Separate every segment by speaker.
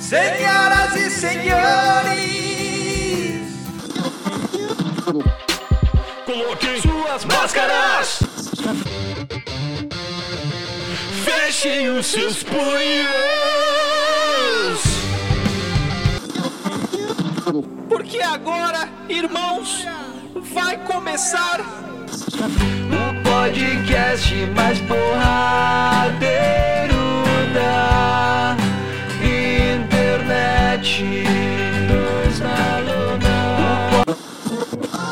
Speaker 1: Senhoras e senhores, coloquem suas máscaras, fechem os seus punhos, porque agora, irmãos, vai começar o podcast mais porradeiro da internet dos malandros.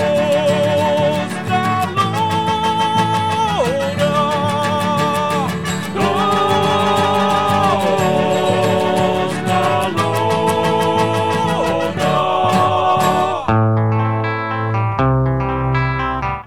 Speaker 1: Dos da Lona. Dos da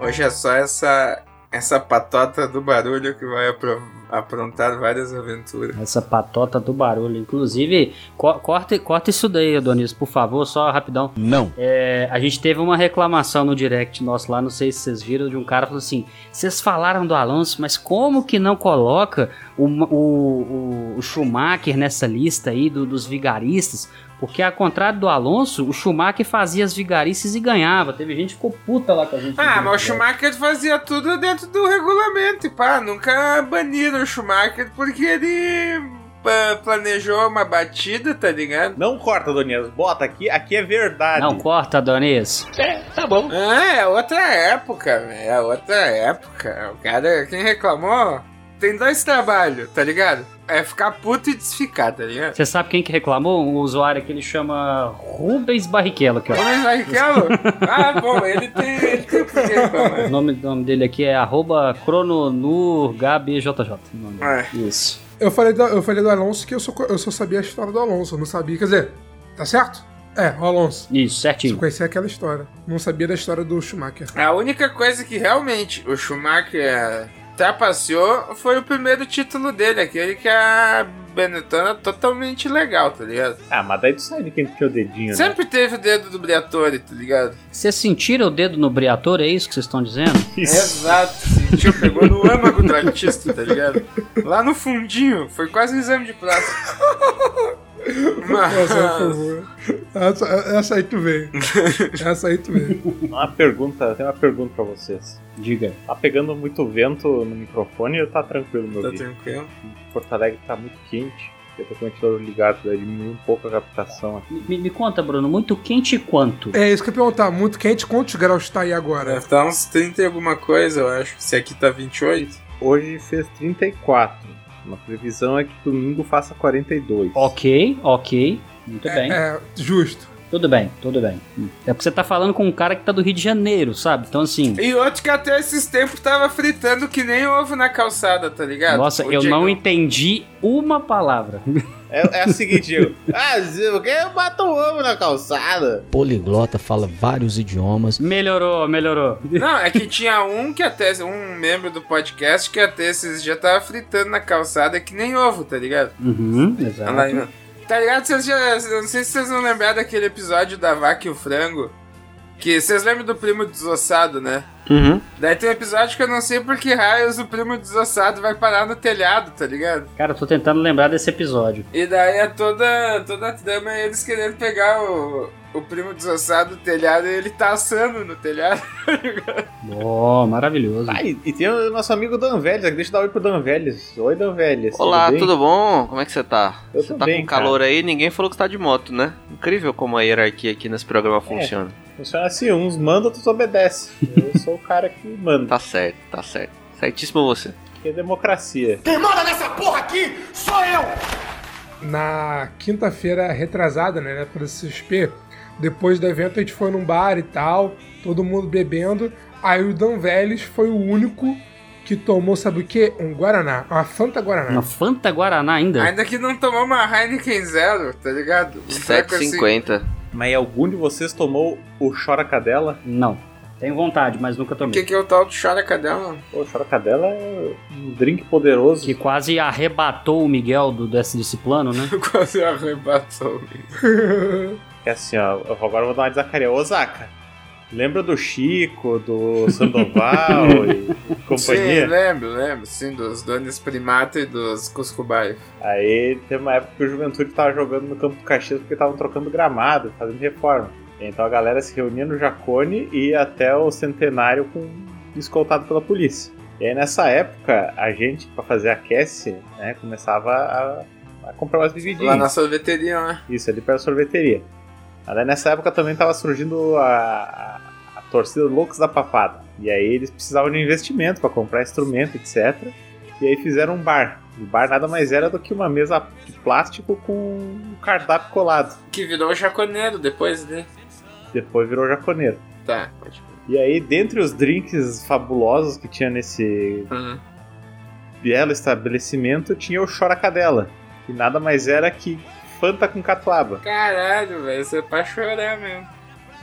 Speaker 1: Lona.
Speaker 2: Hoje é só essa essa patota do barulho que vai apro- aprontar várias aventuras.
Speaker 3: Essa patota do barulho. Inclusive, co- corta, corta isso daí, Adonis, por favor, só rapidão.
Speaker 4: Não.
Speaker 3: É, a gente teve uma reclamação no direct nosso lá, não sei se vocês viram, de um cara falou assim: vocês falaram do Alonso, mas como que não coloca o, Ma- o, o- o Schumacher nessa lista aí do- dos vigaristas? Porque, ao contrário do Alonso, o Schumacher fazia as vigarices e ganhava. Teve gente que ficou puta lá com a gente. né?"
Speaker 2: Ah, mas o Schumacher fazia tudo dentro do regulamento, e pá, nunca baniram o Schumacher porque ele pá, planejou uma batida, tá ligado?
Speaker 4: Não corta, Donias. Bota aqui. Aqui é verdade.
Speaker 3: Não, corta, Adonis.
Speaker 2: Ah, é outra época, velho, é outra época. O cara, quem reclamou, tem dois trabalhos, tá ligado? É ficar puto e desficar, tá ligado?
Speaker 3: Você sabe quem que reclamou? Um usuário que ele chama Rubens Barrichello, que é ó.
Speaker 2: Homem Barrichello? Ah, bom, ele tem, ele tem o que reclamar.
Speaker 3: O nome, o nome dele aqui é arroba crononurgabjj. o nome dele.
Speaker 2: É.
Speaker 3: Isso.
Speaker 5: Eu falei do, eu falei do Alonso que eu só, co- eu só sabia a história do Alonso, eu não sabia, quer dizer, tá certo? É, o Alonso.
Speaker 3: Isso,
Speaker 5: Só
Speaker 3: certinho.
Speaker 5: conhecia aquela história. Não sabia da história do Schumacher.
Speaker 2: A única coisa que realmente o Schumacher eh, trapaceou foi o primeiro título dele, aquele que a Benetton é totalmente legal, tá ligado?
Speaker 4: Ah, mas daí tu sabe quem tinha o dedinho, né?
Speaker 2: Sempre teve o dedo do Briatore, tá ligado?
Speaker 3: Vocês sentiram o dedo no Briator, é isso que vocês estão dizendo?
Speaker 2: Exato, sentiu, pegou no âmago do artista, tá ligado? Lá no fundinho, foi quase um exame de praça. Ah.
Speaker 5: Nossa, é, por
Speaker 2: Mas,
Speaker 5: favor. Essa, essa aí tu veio. Essa aí tu veio.
Speaker 4: Uma pergunta, tem uma pergunta pra vocês.
Speaker 3: Diga.
Speaker 4: Tá pegando muito vento no microfone ou tá tranquilo, meu
Speaker 2: tá
Speaker 4: vídeo?
Speaker 2: tranquilo.
Speaker 4: Porto Alegre tá muito quente. Eu tô com o ventilador ligado, daí diminui um pouco a captação aqui.
Speaker 3: Me, me conta, Bruno, muito quente quanto?
Speaker 5: É isso que eu ia perguntar. Muito quente, quantos graus tá aí agora?
Speaker 2: Deve tá uns 30 e alguma coisa, eu acho. Se aqui tá 28.
Speaker 4: Hoje fez 34. Uma previsão é que domingo faça 42.
Speaker 3: Ok, ok. Muito bem.
Speaker 5: É, justo.
Speaker 3: Tudo bem, tudo bem. Hum. É porque você tá falando com um cara que tá do Rio de Janeiro, sabe? Então assim.
Speaker 2: E outro que até esses tempos tava fritando que nem ovo na calçada, tá ligado?
Speaker 3: Nossa,
Speaker 2: O
Speaker 3: eu
Speaker 2: Diego-
Speaker 3: não entendi uma palavra.
Speaker 4: É, é o seguinte, Diego. ah, Zico, eu bato um ovo na calçada.
Speaker 6: poliglota, fala vários idiomas.
Speaker 3: Melhorou, melhorou.
Speaker 2: Não, é que tinha um que até. Um membro do podcast que até esses já tava fritando na calçada que nem ovo, tá ligado?
Speaker 3: Uhum,
Speaker 2: Olha lá,
Speaker 3: exato.
Speaker 2: irmão. Tá ligado? Vocês já. eu Não sei se vocês vão lembrar daquele episódio da vaca e o frango. Que vocês lembram do primo desossado, né? Daí tem um episódio que eu não sei por que raios o primo desossado vai parar no telhado, tá ligado?
Speaker 3: Cara, eu tô tentando lembrar desse episódio.
Speaker 2: E daí é toda, toda a trama é eles querendo pegar o, o primo desossado do telhado e ele tá assando no telhado.
Speaker 3: Oh, maravilhoso.
Speaker 4: Ah, e, e tem o nosso amigo Dan Vélez aqui. Deixa eu dar oi pro Dan Vélez. Oi, Dan Vélez.
Speaker 7: Olá,
Speaker 4: bem?
Speaker 7: tudo bom? Como é que você tá?
Speaker 4: Eu
Speaker 7: você
Speaker 4: tô
Speaker 7: tá
Speaker 4: bem,
Speaker 7: com calor aí, ninguém falou que tá de moto, né? Incrível como a hierarquia aqui nesse programa funciona.
Speaker 4: Funciona assim, uns mandam, outros obedecem. Eu sou o cara que manda,
Speaker 7: Tá certo, tá certo. Certíssimo você.
Speaker 4: que é democracia.
Speaker 5: Na quinta-feira retrasada, né, né, pro CSP, depois do evento a gente foi num bar e tal, todo mundo bebendo. Aí o Dan Vélez foi o único que tomou, sabe o quê? Um Guaraná. Uma Fanta Guaraná.
Speaker 3: Uma Fanta Guaraná ainda?
Speaker 2: Ainda que não tomou uma Heineken Zero, tá ligado? Um treco assim.
Speaker 7: 7,50.
Speaker 4: Mas algum de vocês tomou o Chora Cadela?
Speaker 3: Não. Tenho vontade, mas nunca
Speaker 2: O que,
Speaker 3: tomei.
Speaker 2: que é o tal do chora cadela?
Speaker 4: Pô, o Chora Cadela é um drink poderoso.
Speaker 3: Que quase arrebatou o Miguel do, desse, desse plano, né?
Speaker 2: Quase arrebatou.
Speaker 4: É assim, ó. eu- Agora eu vou dar uma de Zacaria. Ô, Zaca, lembra do Chico, do Sandoval e
Speaker 2: Sim,
Speaker 4: companhia?
Speaker 2: lembro, lembro. Sim, dos Donis Primato e dos Cuscubaios.
Speaker 4: Aí teve uma época que o Juventude tava jogando no campo do Caxias porque estavam trocando gramado, fazendo reforma. Então a galera se reunia no Jacone e ia até o centenário com escoltado pela polícia. E aí nessa época, a gente, pra fazer a Cassie, né, começava a, a comprar umas
Speaker 2: Lá
Speaker 4: bebidinhas.
Speaker 2: na sorveteria, né?
Speaker 4: Isso, ali perto da sorveteria. Mas aí nessa época também tava surgindo a, a- a torcida Loucos da Papada. E aí eles precisavam de investimento para comprar instrumento, etc. E aí fizeram um bar. O bar nada mais era do que uma mesa de plástico com um cardápio colado.
Speaker 2: Que virou o jaconeiro depois, né?
Speaker 4: Depois virou jaconeiro.
Speaker 2: Tá, pode
Speaker 4: E aí, dentre os drinks fabulosos que tinha nesse
Speaker 2: Uhum.
Speaker 4: belo estabelecimento, tinha o Chora Cadela. Que nada mais era que Fanta com catuaba.
Speaker 2: Caralho, velho, isso é pra chorar mesmo.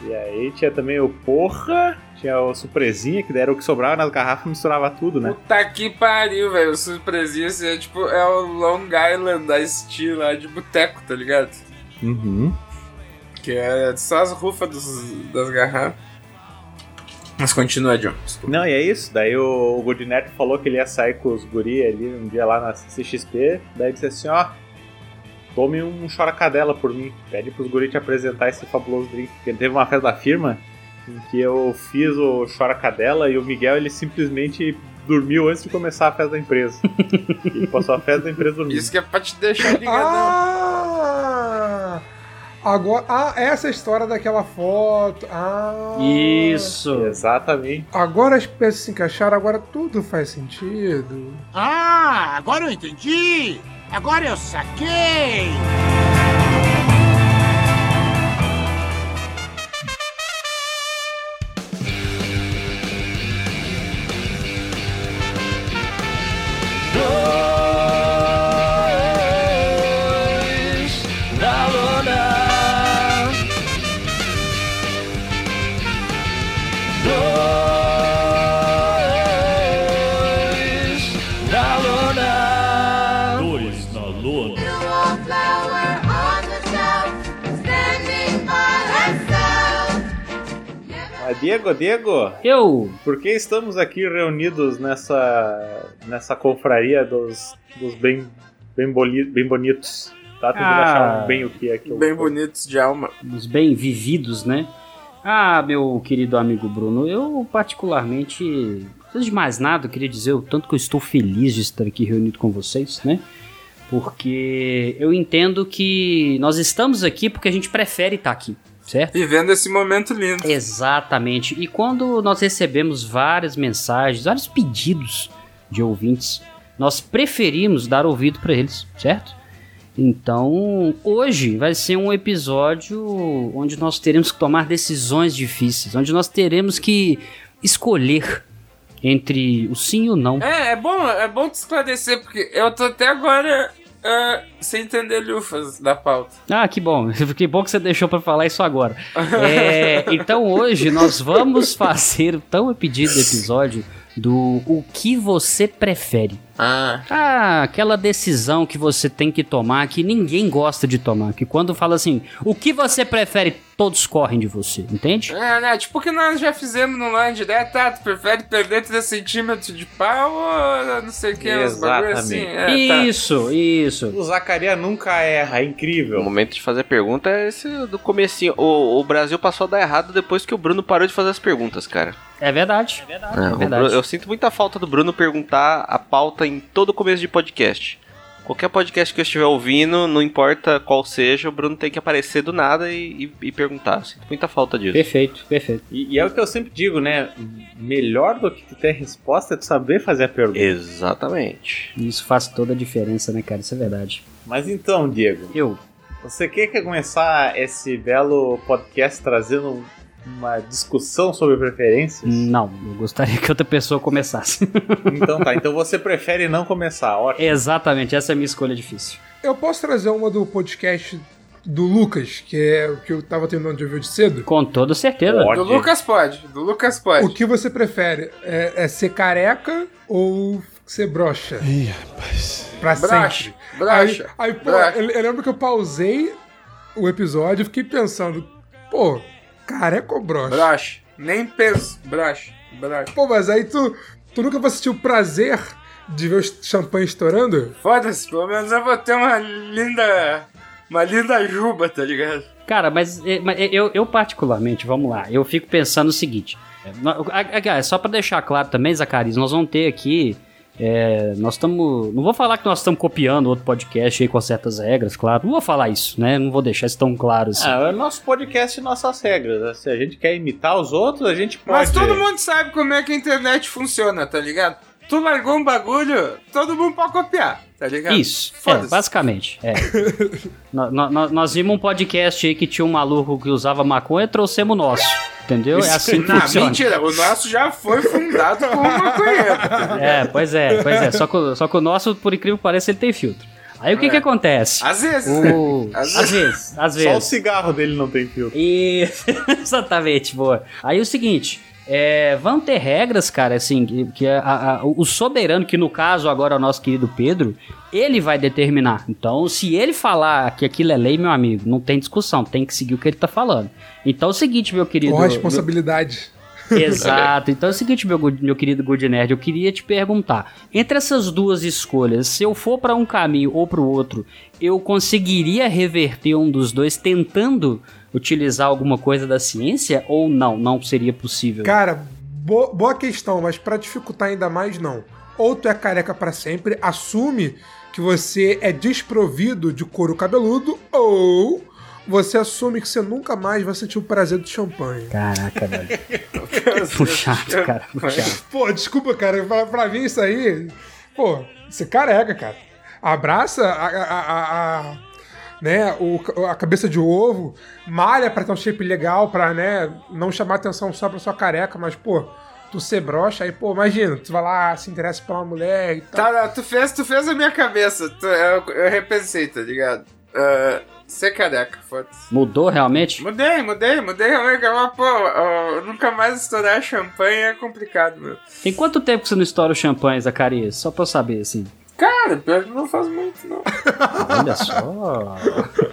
Speaker 4: E aí tinha também o porra, tinha o surpresinha, que daí era o que sobrava nas garrafas e misturava tudo, né?
Speaker 2: Puta que pariu, velho. O surpresinha assim, é tipo, é o Long Island da Steel lá de boteco, tá ligado?
Speaker 4: Uhum.
Speaker 2: Que é só as rufas dos- das garrafas. Mas continua, John. desculpa.
Speaker 4: Não, e é isso. Daí o, o Good Nerd falou que ele ia sair com os guri ali um dia lá na CXP. Daí disse assim, ó, tome um choracadela por mim. Pede pros guri te apresentar esse fabuloso drink. Porque teve uma festa da firma em que eu fiz o choracadela e o Miguel, ele simplesmente dormiu antes de começar a festa da empresa. ele passou a festa da empresa dormindo.
Speaker 2: Isso que é pra te deixar ligadão.
Speaker 5: Ah! Agora, ah, essa é a história daquela foto. Ah!
Speaker 3: Isso.
Speaker 4: Exatamente.
Speaker 5: Agora as peças se encaixaram, agora tudo faz sentido.
Speaker 8: Ah, agora eu entendi! Agora eu saquei!
Speaker 1: Dois na lona.
Speaker 4: Mas Diego, Diego,
Speaker 3: Eu.
Speaker 4: Por que estamos aqui reunidos nessa nessa confraria dos, dos bem, bem, boli- bem bonitos? Tá tentando
Speaker 3: Ah.
Speaker 4: achar bem o que é que eu...
Speaker 2: Bem bonitos de alma.
Speaker 3: os bem vividos, né? Ah, meu querido amigo Bruno, eu particularmente, antes de mais nada, eu queria dizer o tanto que eu estou feliz de estar aqui reunido com vocês, né? Porque eu entendo que nós estamos aqui porque a gente prefere estar aqui, certo?
Speaker 2: Vivendo esse momento lindo.
Speaker 3: Exatamente. E quando nós recebemos várias mensagens, vários pedidos de ouvintes, nós preferimos dar ouvido para eles, certo? Então, hoje vai ser um episódio onde nós teremos que tomar decisões difíceis, onde nós teremos que escolher entre o sim e o não.
Speaker 2: É, é bom, é bom te esclarecer, porque eu tô até agora ah, sem entender lufas da pauta.
Speaker 3: Ah, que bom. Que bom que você deixou pra falar isso agora. É, então hoje nós vamos fazer o tão pedido episódio do o que você prefere.
Speaker 2: Ah.
Speaker 3: Ah, aquela decisão que você tem que tomar que ninguém gosta de tomar. Que quando fala assim, o que você prefere, todos correm de você, entende?
Speaker 2: É, né? Tipo o que nós já fizemos no Line Direto, tá? Tu prefere perder 3 centímetros de pau ou ah, não sei o que, uns bagulho assim. É, tá.
Speaker 3: Isso, isso.
Speaker 4: O Zacaria nunca erra, é
Speaker 7: O
Speaker 4: incrível.
Speaker 7: momento de fazer a pergunta é esse do comecinho. O, o Brasil passou a dar errado depois que o Bruno parou de fazer as perguntas, cara.
Speaker 3: É verdade.
Speaker 7: É, o
Speaker 3: verdade.
Speaker 7: Bruno- eu sinto muita falta do Bruno perguntar a pauta em todo começo de podcast. Qualquer podcast que eu estiver ouvindo, não importa qual seja, o Bruno tem que aparecer do nada e, e- e perguntar. Eu sinto muita falta disso.
Speaker 3: Perfeito, perfeito.
Speaker 4: E, e é o que eu sempre digo, né? Melhor do que tu ter resposta é tu saber fazer a pergunta.
Speaker 7: Exatamente.
Speaker 3: Isso faz toda a diferença, né, cara? Isso é verdade.
Speaker 4: Mas então, Diego,
Speaker 3: Eu.
Speaker 4: você quer que começar esse belo podcast trazendo um- uma discussão sobre preferências?
Speaker 3: Não, eu gostaria que outra pessoa começasse.
Speaker 4: Então tá, então você prefere não começar, ótimo.
Speaker 3: Exatamente, essa é a minha escolha difícil.
Speaker 5: Eu posso trazer uma do podcast do Lucas, que é o que eu tava terminando de ouvir de cedo?
Speaker 3: Com toda certeza.
Speaker 4: Ótimo.
Speaker 2: Do Lucas pode, do Lucas pode.
Speaker 5: O que você prefere? É, é ser careca ou ser broxa? Ih, rapaz. Pra
Speaker 2: Broxa,
Speaker 5: sempre.
Speaker 2: broxa.
Speaker 5: Aí, aí, pô,
Speaker 2: broxa.
Speaker 5: eu, eu lembro que eu pausei o episódio, eu fiquei pensando, pô, careca ou broche?
Speaker 2: Broche. Nem penso. Broche. Broche.
Speaker 5: Pô, mas aí tu, tu nunca vai sentir o prazer de ver o champanhe estourando?
Speaker 2: Foda-se, pelo menos eu vou ter uma linda. Uma linda juba, tá ligado?
Speaker 3: Cara, mas, eh, mas eu, eu particularmente, vamos lá, eu fico pensando o seguinte. eh, nó- a- a- Só pra deixar claro também, Zacarias, nós vamos ter aqui. eh, nós estamos. Não vou falar que nós estamos copiando outro podcast aí com certas regras, claro. Não vou falar isso, né? Não vou deixar isso tão claro assim.
Speaker 4: Ah, é nosso podcast e nossas regras. Se a gente quer imitar os outros, a gente pode.
Speaker 2: Mas todo mundo sabe como é que a internet funciona, tá ligado? Tu largou um bagulho, todo mundo pode copiar, tá ligado?
Speaker 3: Isso, é,
Speaker 2: Foda-se.
Speaker 3: basicamente. é. Nó- nó- nó- nós vimos um podcast aí que tinha um maluco que usava maconha e trouxemos o nosso. Entendeu? É assim que
Speaker 2: Não,
Speaker 3: funciona.
Speaker 2: Ah, mentira, o nosso já foi fundado por um maconheiro. tá ligado?
Speaker 3: É, pois é, pois é. Só que, o- só que o nosso, por incrível que pareça, ele tem filtro. Aí o que que acontece?
Speaker 2: Às vezes, né?
Speaker 3: O-
Speaker 2: Às
Speaker 3: Às vezes, às
Speaker 4: Só o
Speaker 3: vezes.
Speaker 4: cigarro dele não tem filtro.
Speaker 3: E... Exatamente, boa. Aí o seguinte, é, vão ter regras, cara, assim, que, que a- a- o soberano, que no caso agora é o nosso querido Pedro, ele vai determinar. Então, se ele falar que aquilo é lei, meu amigo, não tem discussão, tem que seguir o que ele tá falando. Então é o seguinte, meu querido...
Speaker 5: Com responsabilidade.
Speaker 3: Exato. Então é o seguinte, meu, gu- meu querido Good Nerd, eu queria te perguntar: entre essas duas escolhas, se eu for pra um caminho ou pro outro, eu conseguiria reverter um dos dois tentando utilizar alguma coisa da ciência ou não? Não seria possível.
Speaker 5: Cara, bo- boa questão, mas pra dificultar ainda mais, não. Ou tu é careca pra sempre, assume que você é desprovido de couro cabeludo, ou você assume que você nunca mais vai sentir o prazer do champanhe.
Speaker 3: Caraca, velho. Puxado, cara, puxado.
Speaker 5: Pô, desculpa, cara, pra, pra mim isso aí. Pô, você carrega, cara. Abraça a. a- a- a- a- né, o, a cabeça de ovo, malha pra ter um shape legal, pra né, não chamar atenção só pra sua careca, mas, pô, tu ser broxa, aí, pô, imagina, tu vai lá, se interessa pela mulher e tal.
Speaker 2: Tá, não, tu fez, tu fez a minha cabeça. tu- eu, eu repensei, tá ligado? Ah, ser careca, foda-se.
Speaker 3: Mudou realmente?
Speaker 2: Mudei, mudei, mudei realmente. Mas, pô, ah, nunca mais estourar champanhe é complicado, meu.
Speaker 3: Tem quanto tempo que você não estoura o champanhe, Zacarias? Só pra eu saber, assim.
Speaker 2: Cara, pior que não faz muito, não.
Speaker 3: Olha só.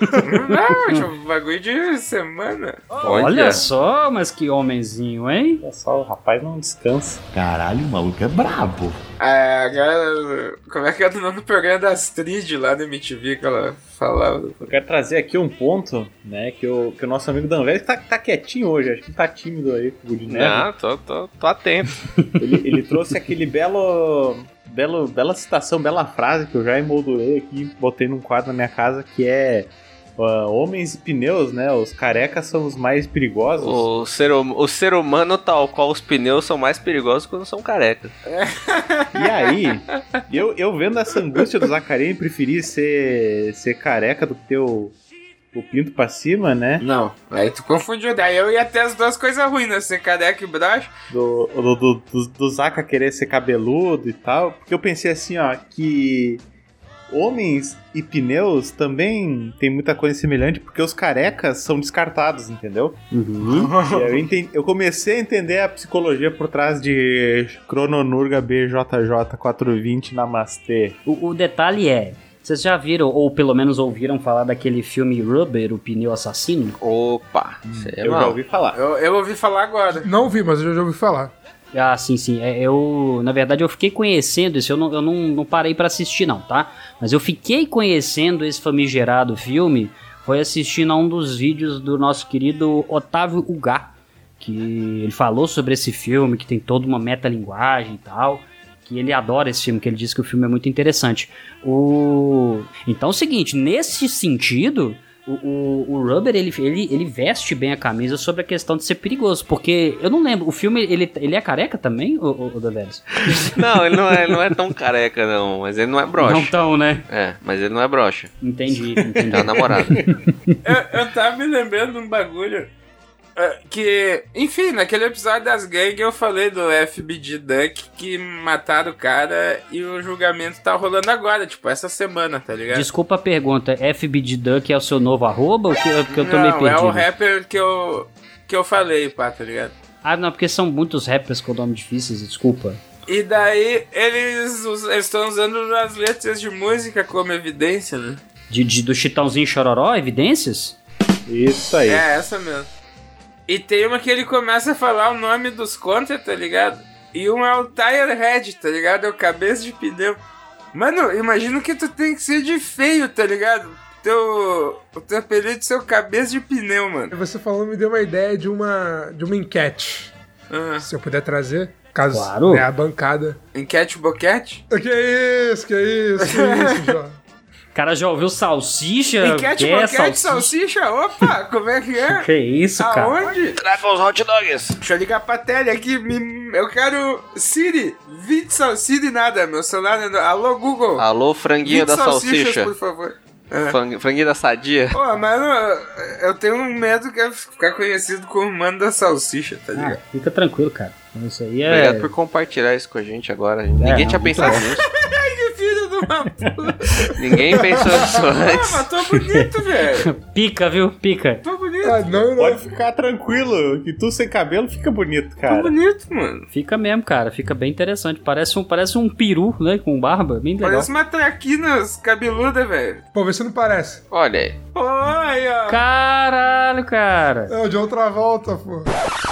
Speaker 2: Não, tipo, bagulho de semana.
Speaker 7: Olha,
Speaker 3: Olha só, mas que homenzinho, hein?
Speaker 4: Olha É só, o rapaz não descansa.
Speaker 9: Caralho, o maluco é brabo.
Speaker 2: Ah, agora. Como é que é o nome do programa da Astrid lá no MTV que ela falava?
Speaker 4: Eu quero trazer aqui um ponto, né? Que o, que o nosso amigo Danvelli tá, tá quietinho hoje, acho que tá tímido aí com o Good Nerd.
Speaker 7: Não, tô, tô, tô atento.
Speaker 4: Ele, ele trouxe aquele belo, belo. Bela citação, bela frase que eu já emoldurei aqui, botei num quadro na minha casa, que é. ah, homens e pneus, né? Os carecas são os mais perigosos.
Speaker 7: O ser, hum- o ser humano, tal qual os pneus, são mais perigosos quando são carecas.
Speaker 4: E aí, eu, eu vendo essa angústia do Zacarim, preferi ser, ser careca do que ter o, o pinto pra cima, né?
Speaker 2: Não, aí tu confundiu. Daí eu ia ter as duas coisas ruins, né? Ser careca e broxa.
Speaker 4: Do, do, do, do, do Zaca querer ser cabeludo e tal. Porque eu pensei assim, ó, que homens e pneus também tem muita coisa semelhante, porque os carecas são descartados, entendeu? E aí eu, enten- eu comecei a entender a psicologia por trás de Crononurga BJJ420 Namastê.
Speaker 3: O, o detalhe é, vocês já viram, ou pelo menos ouviram falar daquele filme Rubber, o pneu assassino?
Speaker 7: Opa, é sei
Speaker 4: eu
Speaker 7: lá.
Speaker 4: já ouvi falar.
Speaker 2: Eu, eu ouvi falar agora.
Speaker 5: Não vi, mas eu já ouvi falar.
Speaker 3: Ah, sim, sim. É, eu, na verdade, eu fiquei conhecendo esse, eu não, eu não, não parei pra assistir, não, tá? Mas eu fiquei conhecendo esse famigerado filme, foi assistindo a um dos vídeos do nosso querido Otávio Ugá, que ele falou sobre esse filme, que tem toda uma metalinguagem e tal. Que ele adora esse filme, que ele diz que o filme é muito interessante. O... Então é o seguinte, nesse sentido, o, o, o Rubber, ele, ele, ele veste bem a camisa sobre a questão de ser perigoso, porque eu não lembro, o filme, ele, ele é careca também, o, o, o Daveres?
Speaker 7: Não, ele não, é, ele não é tão careca, não. Mas ele não é
Speaker 3: Não
Speaker 7: broxa.
Speaker 3: tão, né?
Speaker 7: É, mas ele não é broxa.
Speaker 3: Entendi,
Speaker 7: É uma
Speaker 2: Tá,
Speaker 3: entendi.
Speaker 7: namorada.
Speaker 2: eu, eu tava me lembrando de um bagulho. ah, Que, enfim, naquele episódio das gangues eu falei do FBD Duck que mataram o cara e o julgamento tá rolando agora, tipo, essa semana, tá ligado?
Speaker 3: Desculpa a pergunta, FBD Duck é o seu novo arroba? ou que- Porque eu tô
Speaker 2: não,
Speaker 3: meio perdido.
Speaker 2: é o rapper que eu, que eu falei, pá, tá ligado?
Speaker 3: Ah, não, porque são muitos rappers com nome difíceis, desculpa.
Speaker 2: E daí eles us- eles estão usando as letras de música como evidência, né?
Speaker 3: De, de- do Chitãozinho Chororó, evidências?
Speaker 4: Isso aí.
Speaker 2: É, essa mesmo. E tem uma que ele começa a falar o nome dos contas, tá ligado? E um é o Tire Head, tá ligado? É o cabeça de pneu. Mano, imagino que tu tem que ser de feio, tá ligado? Teu, o teu apelido ser o cabeça de pneu, mano.
Speaker 5: Você falou me deu uma ideia de uma, de uma enquete.
Speaker 2: Ah,
Speaker 5: Se eu puder trazer, caso
Speaker 3: Claro.
Speaker 5: né, a bancada.
Speaker 2: enquete boquete?
Speaker 5: Que isso, que isso, que isso, João.
Speaker 3: O cara já ouviu salsicha?
Speaker 2: enquete
Speaker 3: quer
Speaker 2: boquete, salsicha? Opa, como é que é?
Speaker 3: Que é isso, cara?
Speaker 2: Aonde?
Speaker 7: Traga os hot dogs.
Speaker 2: Deixa eu ligar pra tele aqui. me- eu quero. Siri, 20 salsicha e nada. Meu celular. é no- Alô, Google.
Speaker 7: Alô, franguinho
Speaker 2: 20
Speaker 7: da
Speaker 2: salsichas,
Speaker 7: salsicha.
Speaker 2: por favor. É.
Speaker 7: Fang- Franguinho da sadia.
Speaker 2: Pô, mano, eu tenho um medo que é ficar conhecido como mano da salsicha, tá
Speaker 3: Ah,
Speaker 2: ligado?
Speaker 3: fica tranquilo, cara. Isso aí é.
Speaker 7: Obrigado por compartilhar isso com a gente agora. gente. Ninguém
Speaker 3: não,
Speaker 7: tinha
Speaker 3: muito
Speaker 7: pensado
Speaker 3: bom.
Speaker 7: nisso.
Speaker 2: Que filho de uma puta.
Speaker 7: Ninguém pensou nisso
Speaker 2: Ah,
Speaker 7: antes.
Speaker 2: mas tô bonito, velho.
Speaker 3: Pica, viu? Pica.
Speaker 2: Tô bonito.
Speaker 5: Ah, não, não.
Speaker 4: Pode ficar tranquilo, que tu sem cabelo fica bonito,
Speaker 2: Tô
Speaker 4: cara.
Speaker 2: bonito, mano.
Speaker 3: Fica mesmo, cara. Fica bem interessante. Parece um, parece um peru, né? Com barba. Bem legal.
Speaker 2: Parece um uma traquinas cabeluda, velho.
Speaker 5: Pô, vê se não parece.
Speaker 7: Olha aí.
Speaker 2: Oi, ó.
Speaker 3: Caralho, cara.
Speaker 5: É o de outra volta, pô.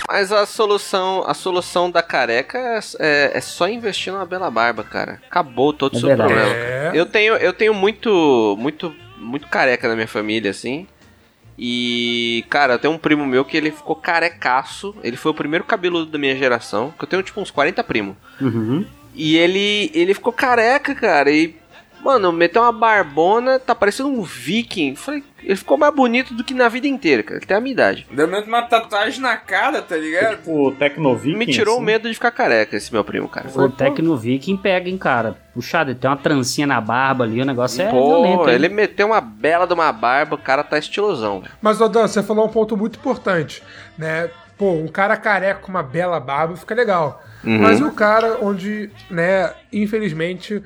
Speaker 7: Mas a solução, a solução da careca é, é- é só investir numa bela barba, cara. Acabou todo o
Speaker 3: É
Speaker 7: seu
Speaker 3: verdade.
Speaker 7: problema.
Speaker 5: É.
Speaker 7: Eu tenho, eu tenho muito, muito, muito careca na minha família, assim. E, cara, eu tenho um primo meu que ele ficou carecaço. Ele foi o primeiro cabeludo da minha geração. Que eu tenho, tipo, uns 40 primos.
Speaker 3: Uhum.
Speaker 7: E ele, ele ficou careca, cara. E, mano, meteu uma barbona, tá parecendo um viking. Falei, ele ficou mais bonito do que na vida inteira, cara. Ele tem a minha idade.
Speaker 2: Deu mesmo uma tatuagem na cara, tá ligado?
Speaker 4: Tipo, assim. Tecnovic.
Speaker 7: Me tirou o
Speaker 3: assim?
Speaker 7: medo de ficar careca, esse meu primo, cara.
Speaker 3: O Tecno Viking pega, hein, cara. Puxado, ele tem uma trancinha na barba ali. O
Speaker 7: Tá
Speaker 3: negócio é
Speaker 7: Pô,
Speaker 3: violento, hein?
Speaker 7: ele meteu uma bela de uma barba, o cara tá estilosão, velho.
Speaker 5: Mas, Odan, você falou um ponto muito importante, né? Pô, um cara careca com uma bela barba fica legal.
Speaker 2: Uhum.
Speaker 5: Mas um cara onde, né, infelizmente,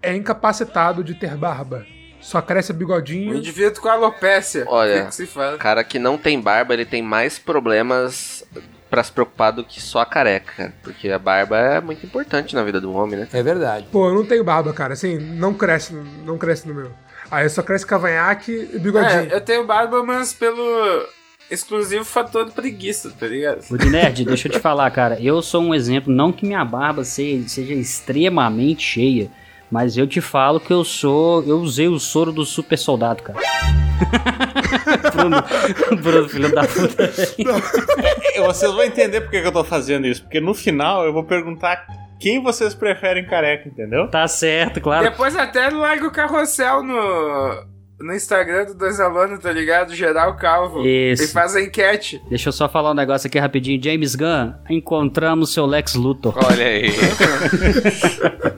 Speaker 5: é incapacitado de ter barba. Só cresce
Speaker 2: Um
Speaker 5: bigodinho.
Speaker 2: indivíduo com alopecia.
Speaker 7: Olha.
Speaker 2: O que, que se fala?
Speaker 7: cara que não tem barba, ele tem mais problemas pra se preocupar do que só a careca, cara. Porque a barba é muito importante na vida do homem, né?
Speaker 10: É verdade.
Speaker 5: Pô, eu não tenho barba, cara. Assim, não cresce, não cresce no meu. Aí só cresce cavanhaque e bigodinho.
Speaker 2: É, eu tenho barba, mas pelo exclusivo fator de preguiça, tá ligado?
Speaker 3: Ô, de Nerd, deixa eu te falar, cara. Eu sou um exemplo, não que minha barba seja, seja extremamente cheia, mas eu te falo que eu sou. Eu usei o soro do super soldado, cara. Bruno, Bruno, filho da puta.
Speaker 4: Vocês vão entender por que que eu tô fazendo isso. Porque no final eu vou perguntar quem vocês preferem careca, entendeu?
Speaker 3: Tá certo, claro.
Speaker 2: Depois até larga o carrossel no, no Instagram do Dois Alunos, tá ligado? Geral Calvo. E
Speaker 3: Isso.
Speaker 2: faz a enquete.
Speaker 3: Deixa eu só falar um negócio aqui rapidinho. James Gunn, encontramos seu Lex Luthor.
Speaker 7: Olha aí.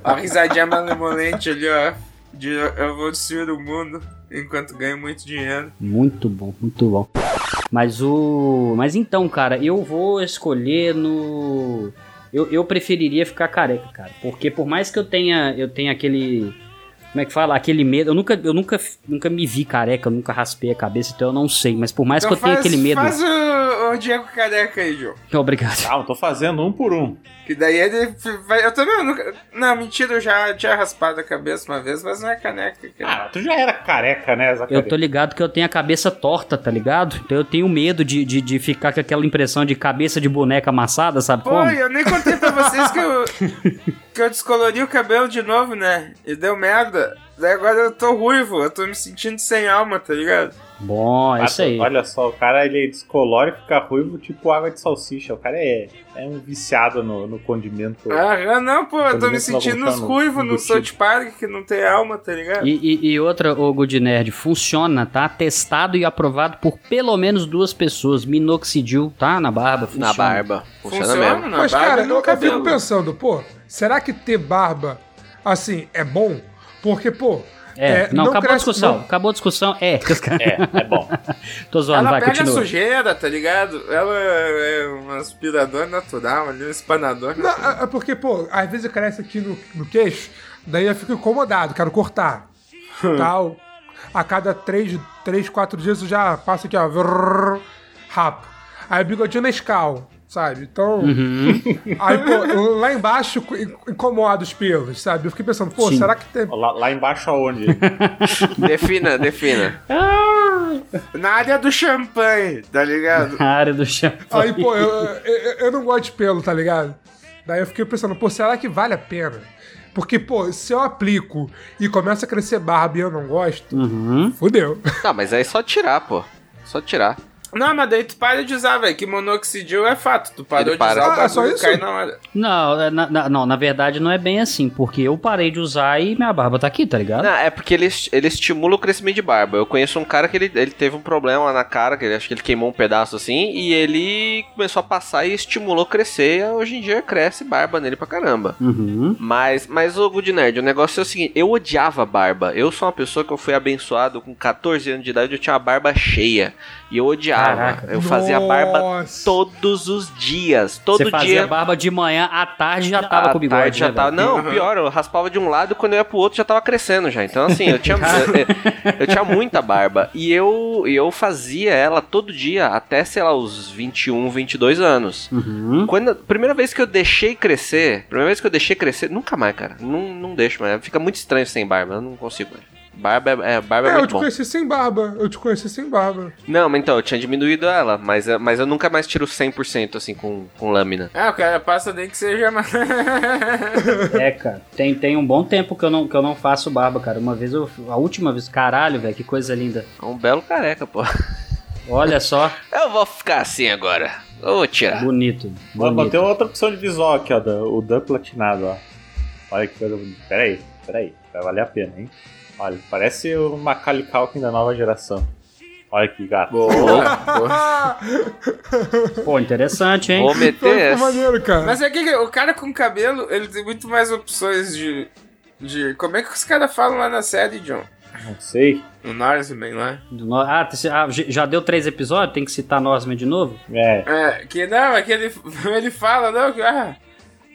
Speaker 2: A risadinha malemolente ali, ó. De eu vou destruir o mundo enquanto ganho muito dinheiro.
Speaker 3: Muito bom, muito bom. Mas o. Mas então, cara, eu vou escolher no. Eu, eu preferiria ficar careca, cara. Porque por mais que eu tenha. Eu tenha aquele. Como é que fala? Aquele medo. Eu nunca, eu nunca, nunca me vi careca, eu nunca raspei a cabeça, então eu não sei. Mas por mais
Speaker 2: então
Speaker 3: que eu tenha aquele medo.
Speaker 2: Faz o, o Diego Careca aí, João.
Speaker 3: Obrigado.
Speaker 4: Ah, eu tô fazendo um por um.
Speaker 2: Que daí ele vai. Eu também nunca. Não, mentira, eu já tinha raspado a cabeça uma vez, mas não é caneca. cara.
Speaker 4: Ah, tu já era careca, né,
Speaker 3: Eu
Speaker 4: Zacarias?
Speaker 3: tô ligado que eu tenho a cabeça torta, tá ligado? Então eu tenho medo de, de, de ficar com aquela impressão de cabeça de boneca amassada, sabe
Speaker 2: Pô,
Speaker 3: como?
Speaker 2: eu nem contei pra vocês que eu. que eu descolori o cabelo de novo, né? E deu merda. Daí agora eu tô ruivo, eu tô me sentindo sem alma, tá ligado?
Speaker 3: Bom, é isso aí.
Speaker 4: Olha só, o cara ele descolora e fica ruivo tipo água de salsicha. O cara é, é um viciado no, no condimento.
Speaker 2: Ah, não, pô, eu tô
Speaker 4: Pelo
Speaker 2: me
Speaker 4: menos não
Speaker 2: sentindo
Speaker 4: vou
Speaker 2: os
Speaker 4: ficar no-
Speaker 2: ruivos no
Speaker 4: embutido.
Speaker 2: South Park que não tem alma, tá ligado?
Speaker 3: E, e- e outra, ô Good Nerd, funciona, tá? Testado e aprovado por pelo menos duas pessoas. Minoxidil, tá? Na barba, funciona.
Speaker 7: na barba. Funciona, mesmo.
Speaker 2: na
Speaker 5: Mas,
Speaker 2: barba
Speaker 5: cara,
Speaker 2: e no
Speaker 5: eu, eu fico
Speaker 2: cabelo.
Speaker 5: pensando, pô, será que ter barba, assim, é bom? Porque, pô,
Speaker 3: É,
Speaker 5: É,
Speaker 3: não,
Speaker 5: não
Speaker 3: acabou a
Speaker 5: cresce-
Speaker 3: discussão.
Speaker 5: não-
Speaker 3: Acabou a discussão, é.
Speaker 4: É, é bom.
Speaker 3: Tô zoando,
Speaker 2: Ela
Speaker 3: vai,
Speaker 2: pega a
Speaker 3: continua.
Speaker 2: sujeira, tá ligado? Ela é um aspirador natural, ali, um espanador.
Speaker 5: Não, é- é porque, pô, às vezes cresce aqui no, no queixo, daí eu fico incomodado, quero cortar. tal. A cada 3, três 4 dias eu já passo aqui, ó, vrrr, rapo. Aí o bigodinho na escal, sabe? Então. Aí, pô, lá embaixo co- in- incomoda os pelos, sabe? Eu fiquei pensando, pô,
Speaker 3: Sim.
Speaker 5: será que tem.
Speaker 4: Lá, lá embaixo aonde?
Speaker 7: Defina, defina.
Speaker 2: Na área do champanhe, tá ligado?
Speaker 3: A área do champanhe.
Speaker 5: Aí, pô, eu, eu, eu não gosto de pelo, tá ligado? Daí eu fiquei pensando, pô, será que vale a pena? Porque, pô, se eu aplico e começa a crescer barba e eu não gosto,
Speaker 3: Uhum.
Speaker 5: fudeu.
Speaker 7: Tá, mas aí é só tirar, pô. Só tirar.
Speaker 2: Não, mas daí tu para de usar, velho. Que monoxidil é fato. Tu parou
Speaker 7: Ele
Speaker 2: de
Speaker 7: para.
Speaker 2: usar, o
Speaker 5: Ah, é só
Speaker 2: bagulho
Speaker 5: isso?
Speaker 2: cai na hora.
Speaker 3: Não, é na, na- não, na verdade não é bem assim, porque eu parei de usar e minha barba tá aqui, tá ligado?
Speaker 7: Não, é porque ele, est- ele estimula o crescimento de barba. Eu conheço um cara que ele, ele teve um problema na cara, que ele acho que ele queimou um pedaço assim, e ele começou a passar e estimulou crescer. e Hoje em dia cresce barba nele pra caramba.
Speaker 3: Uhum.
Speaker 7: Mas, mas ô Good Nerd, o negócio é o seguinte: eu odiava barba. Eu sou uma pessoa que eu fui abençoado com 14 anos de idade, eu tinha a barba cheia. E eu odiava.
Speaker 3: Caraca.
Speaker 7: Eu fazia barba
Speaker 5: Nossa.
Speaker 7: todos os dias.
Speaker 3: Você
Speaker 7: Todo
Speaker 3: fazia
Speaker 7: dia.
Speaker 3: barba de manhã, à tarde já tava
Speaker 7: À
Speaker 3: com o bigode.
Speaker 7: tarde já
Speaker 3: né,
Speaker 7: tava-
Speaker 3: velho?
Speaker 7: Não, pior, eu raspava de um lado e quando eu ia pro outro já tava crescendo já. Então, assim, eu tinha, eu, eu tinha muita barba. E eu, e eu fazia ela todo dia, até, sei lá, os 21, 22 anos.
Speaker 3: Uhum.
Speaker 7: Quando, primeira vez que eu deixei crescer, primeira vez que eu deixei crescer, nunca mais, cara. Não, não deixo mais. Fica muito estranho sem barba, eu não consigo. mais. Barba é, é- barba é,
Speaker 5: É, eu
Speaker 7: muito
Speaker 5: te
Speaker 7: bom.
Speaker 5: conheci sem barba. Eu te conheci sem barba.
Speaker 7: Não, mas então, eu tinha diminuído ela, mas, eu- mas eu nunca mais tiro 100% assim com, com lâmina.
Speaker 2: Ah, o cara passa nem que seja. mais.
Speaker 3: É, cara. Tem, tem um bom tempo que eu, não, que eu não faço barba, cara. Uma vez eu. A última vez, caralho, velho, que coisa linda.
Speaker 7: É um belo careca, pô.
Speaker 3: Olha só,
Speaker 7: Eu vou ficar assim agora. Eu vou tirar.
Speaker 3: bonito.
Speaker 4: Ó,
Speaker 3: bonito.
Speaker 4: Tem outra opção de visual aqui, ó. da- O Dan platinado, ó. Olha que coisa bonita. Pera aí, pera aí. Vai valer a pena, hein? Olha, parece o Macaulay Culkin da nova geração. Olha que gato.
Speaker 3: Pô, interessante, hein?
Speaker 7: Vou meter
Speaker 5: Ah, Foi
Speaker 7: essa.
Speaker 5: maneiro, cara.
Speaker 2: Mas é que o cara com cabelo, ele tem muito mais opções de. de... Como é que os caras falam lá na série, John?
Speaker 4: Não sei.
Speaker 2: No Norseman lá.
Speaker 3: Do no- Ah, t- ah, j- já deu três episódios? Tem que citar Norseman de novo?
Speaker 4: É.
Speaker 2: É, que não, é que ele, ele fala, não, que ah,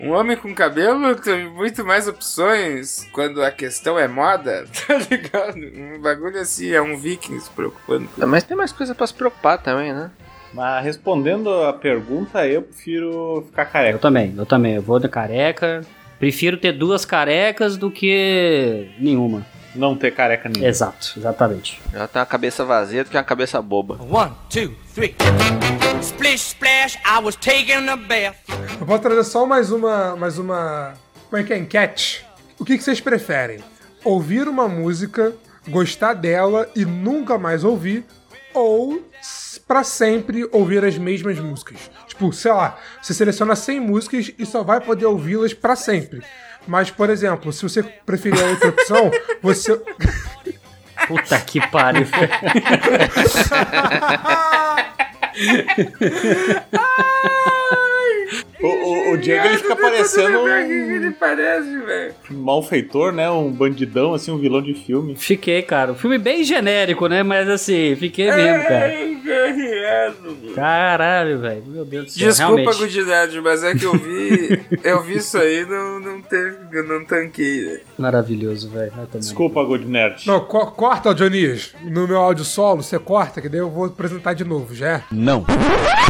Speaker 2: um homem com cabelo tem muito mais opções quando a questão é moda, tá ligado? Um bagulho assim, é um viking se preocupando. com-
Speaker 7: É, Mas tem mais coisa pra se preocupar também, né?
Speaker 4: Mas respondendo a pergunta, eu prefiro ficar
Speaker 3: Eu
Speaker 4: careca.
Speaker 3: também, eu também. Eu vou na careca. Prefiro ter duas carecas do que nenhuma.
Speaker 4: Não ter careca nenhuma.
Speaker 3: Exato, exatamente.
Speaker 7: Ela tem uma cabeça vazia do que uma cabeça boba.
Speaker 1: One, two, three. Splish, splash, I was taking a bath.
Speaker 5: Eu vou trazer só mais uma. Mais uma. Como é que é? Enquete. O que, que vocês preferem? Ouvir uma música, gostar dela e nunca mais ouvir, ou s- pra sempre ouvir as mesmas músicas? Tipo, sei lá, você seleciona 100 músicas e só vai poder ouvi-las pra sempre. Mas, por exemplo, se você preferir a outra opção, você.
Speaker 3: Puta que pariu.
Speaker 4: O, o- o Diego ele fica parecendo um
Speaker 2: Ele parece, velho.
Speaker 4: malfeitor, né? Um bandidão, assim, um vilão de filme.
Speaker 3: fiquei, cara. Um filme bem genérico, né? Mas assim, fiquei mesmo,
Speaker 2: É.
Speaker 3: cara. é. Caralho, velho. Meu Deus do céu.
Speaker 2: Desculpa,
Speaker 3: realmente.
Speaker 2: Gudinad, mas é que eu vi. eu vi isso aí e não, não teve. Eu não tanquei, velho.
Speaker 3: Maravilhoso, velho. Vai tomar.
Speaker 4: Desculpa, Good Nerd.
Speaker 5: Não, co- corta, Dionias. No meu áudio solo, você corta, que daí eu vou apresentar de novo, já é?
Speaker 9: Não.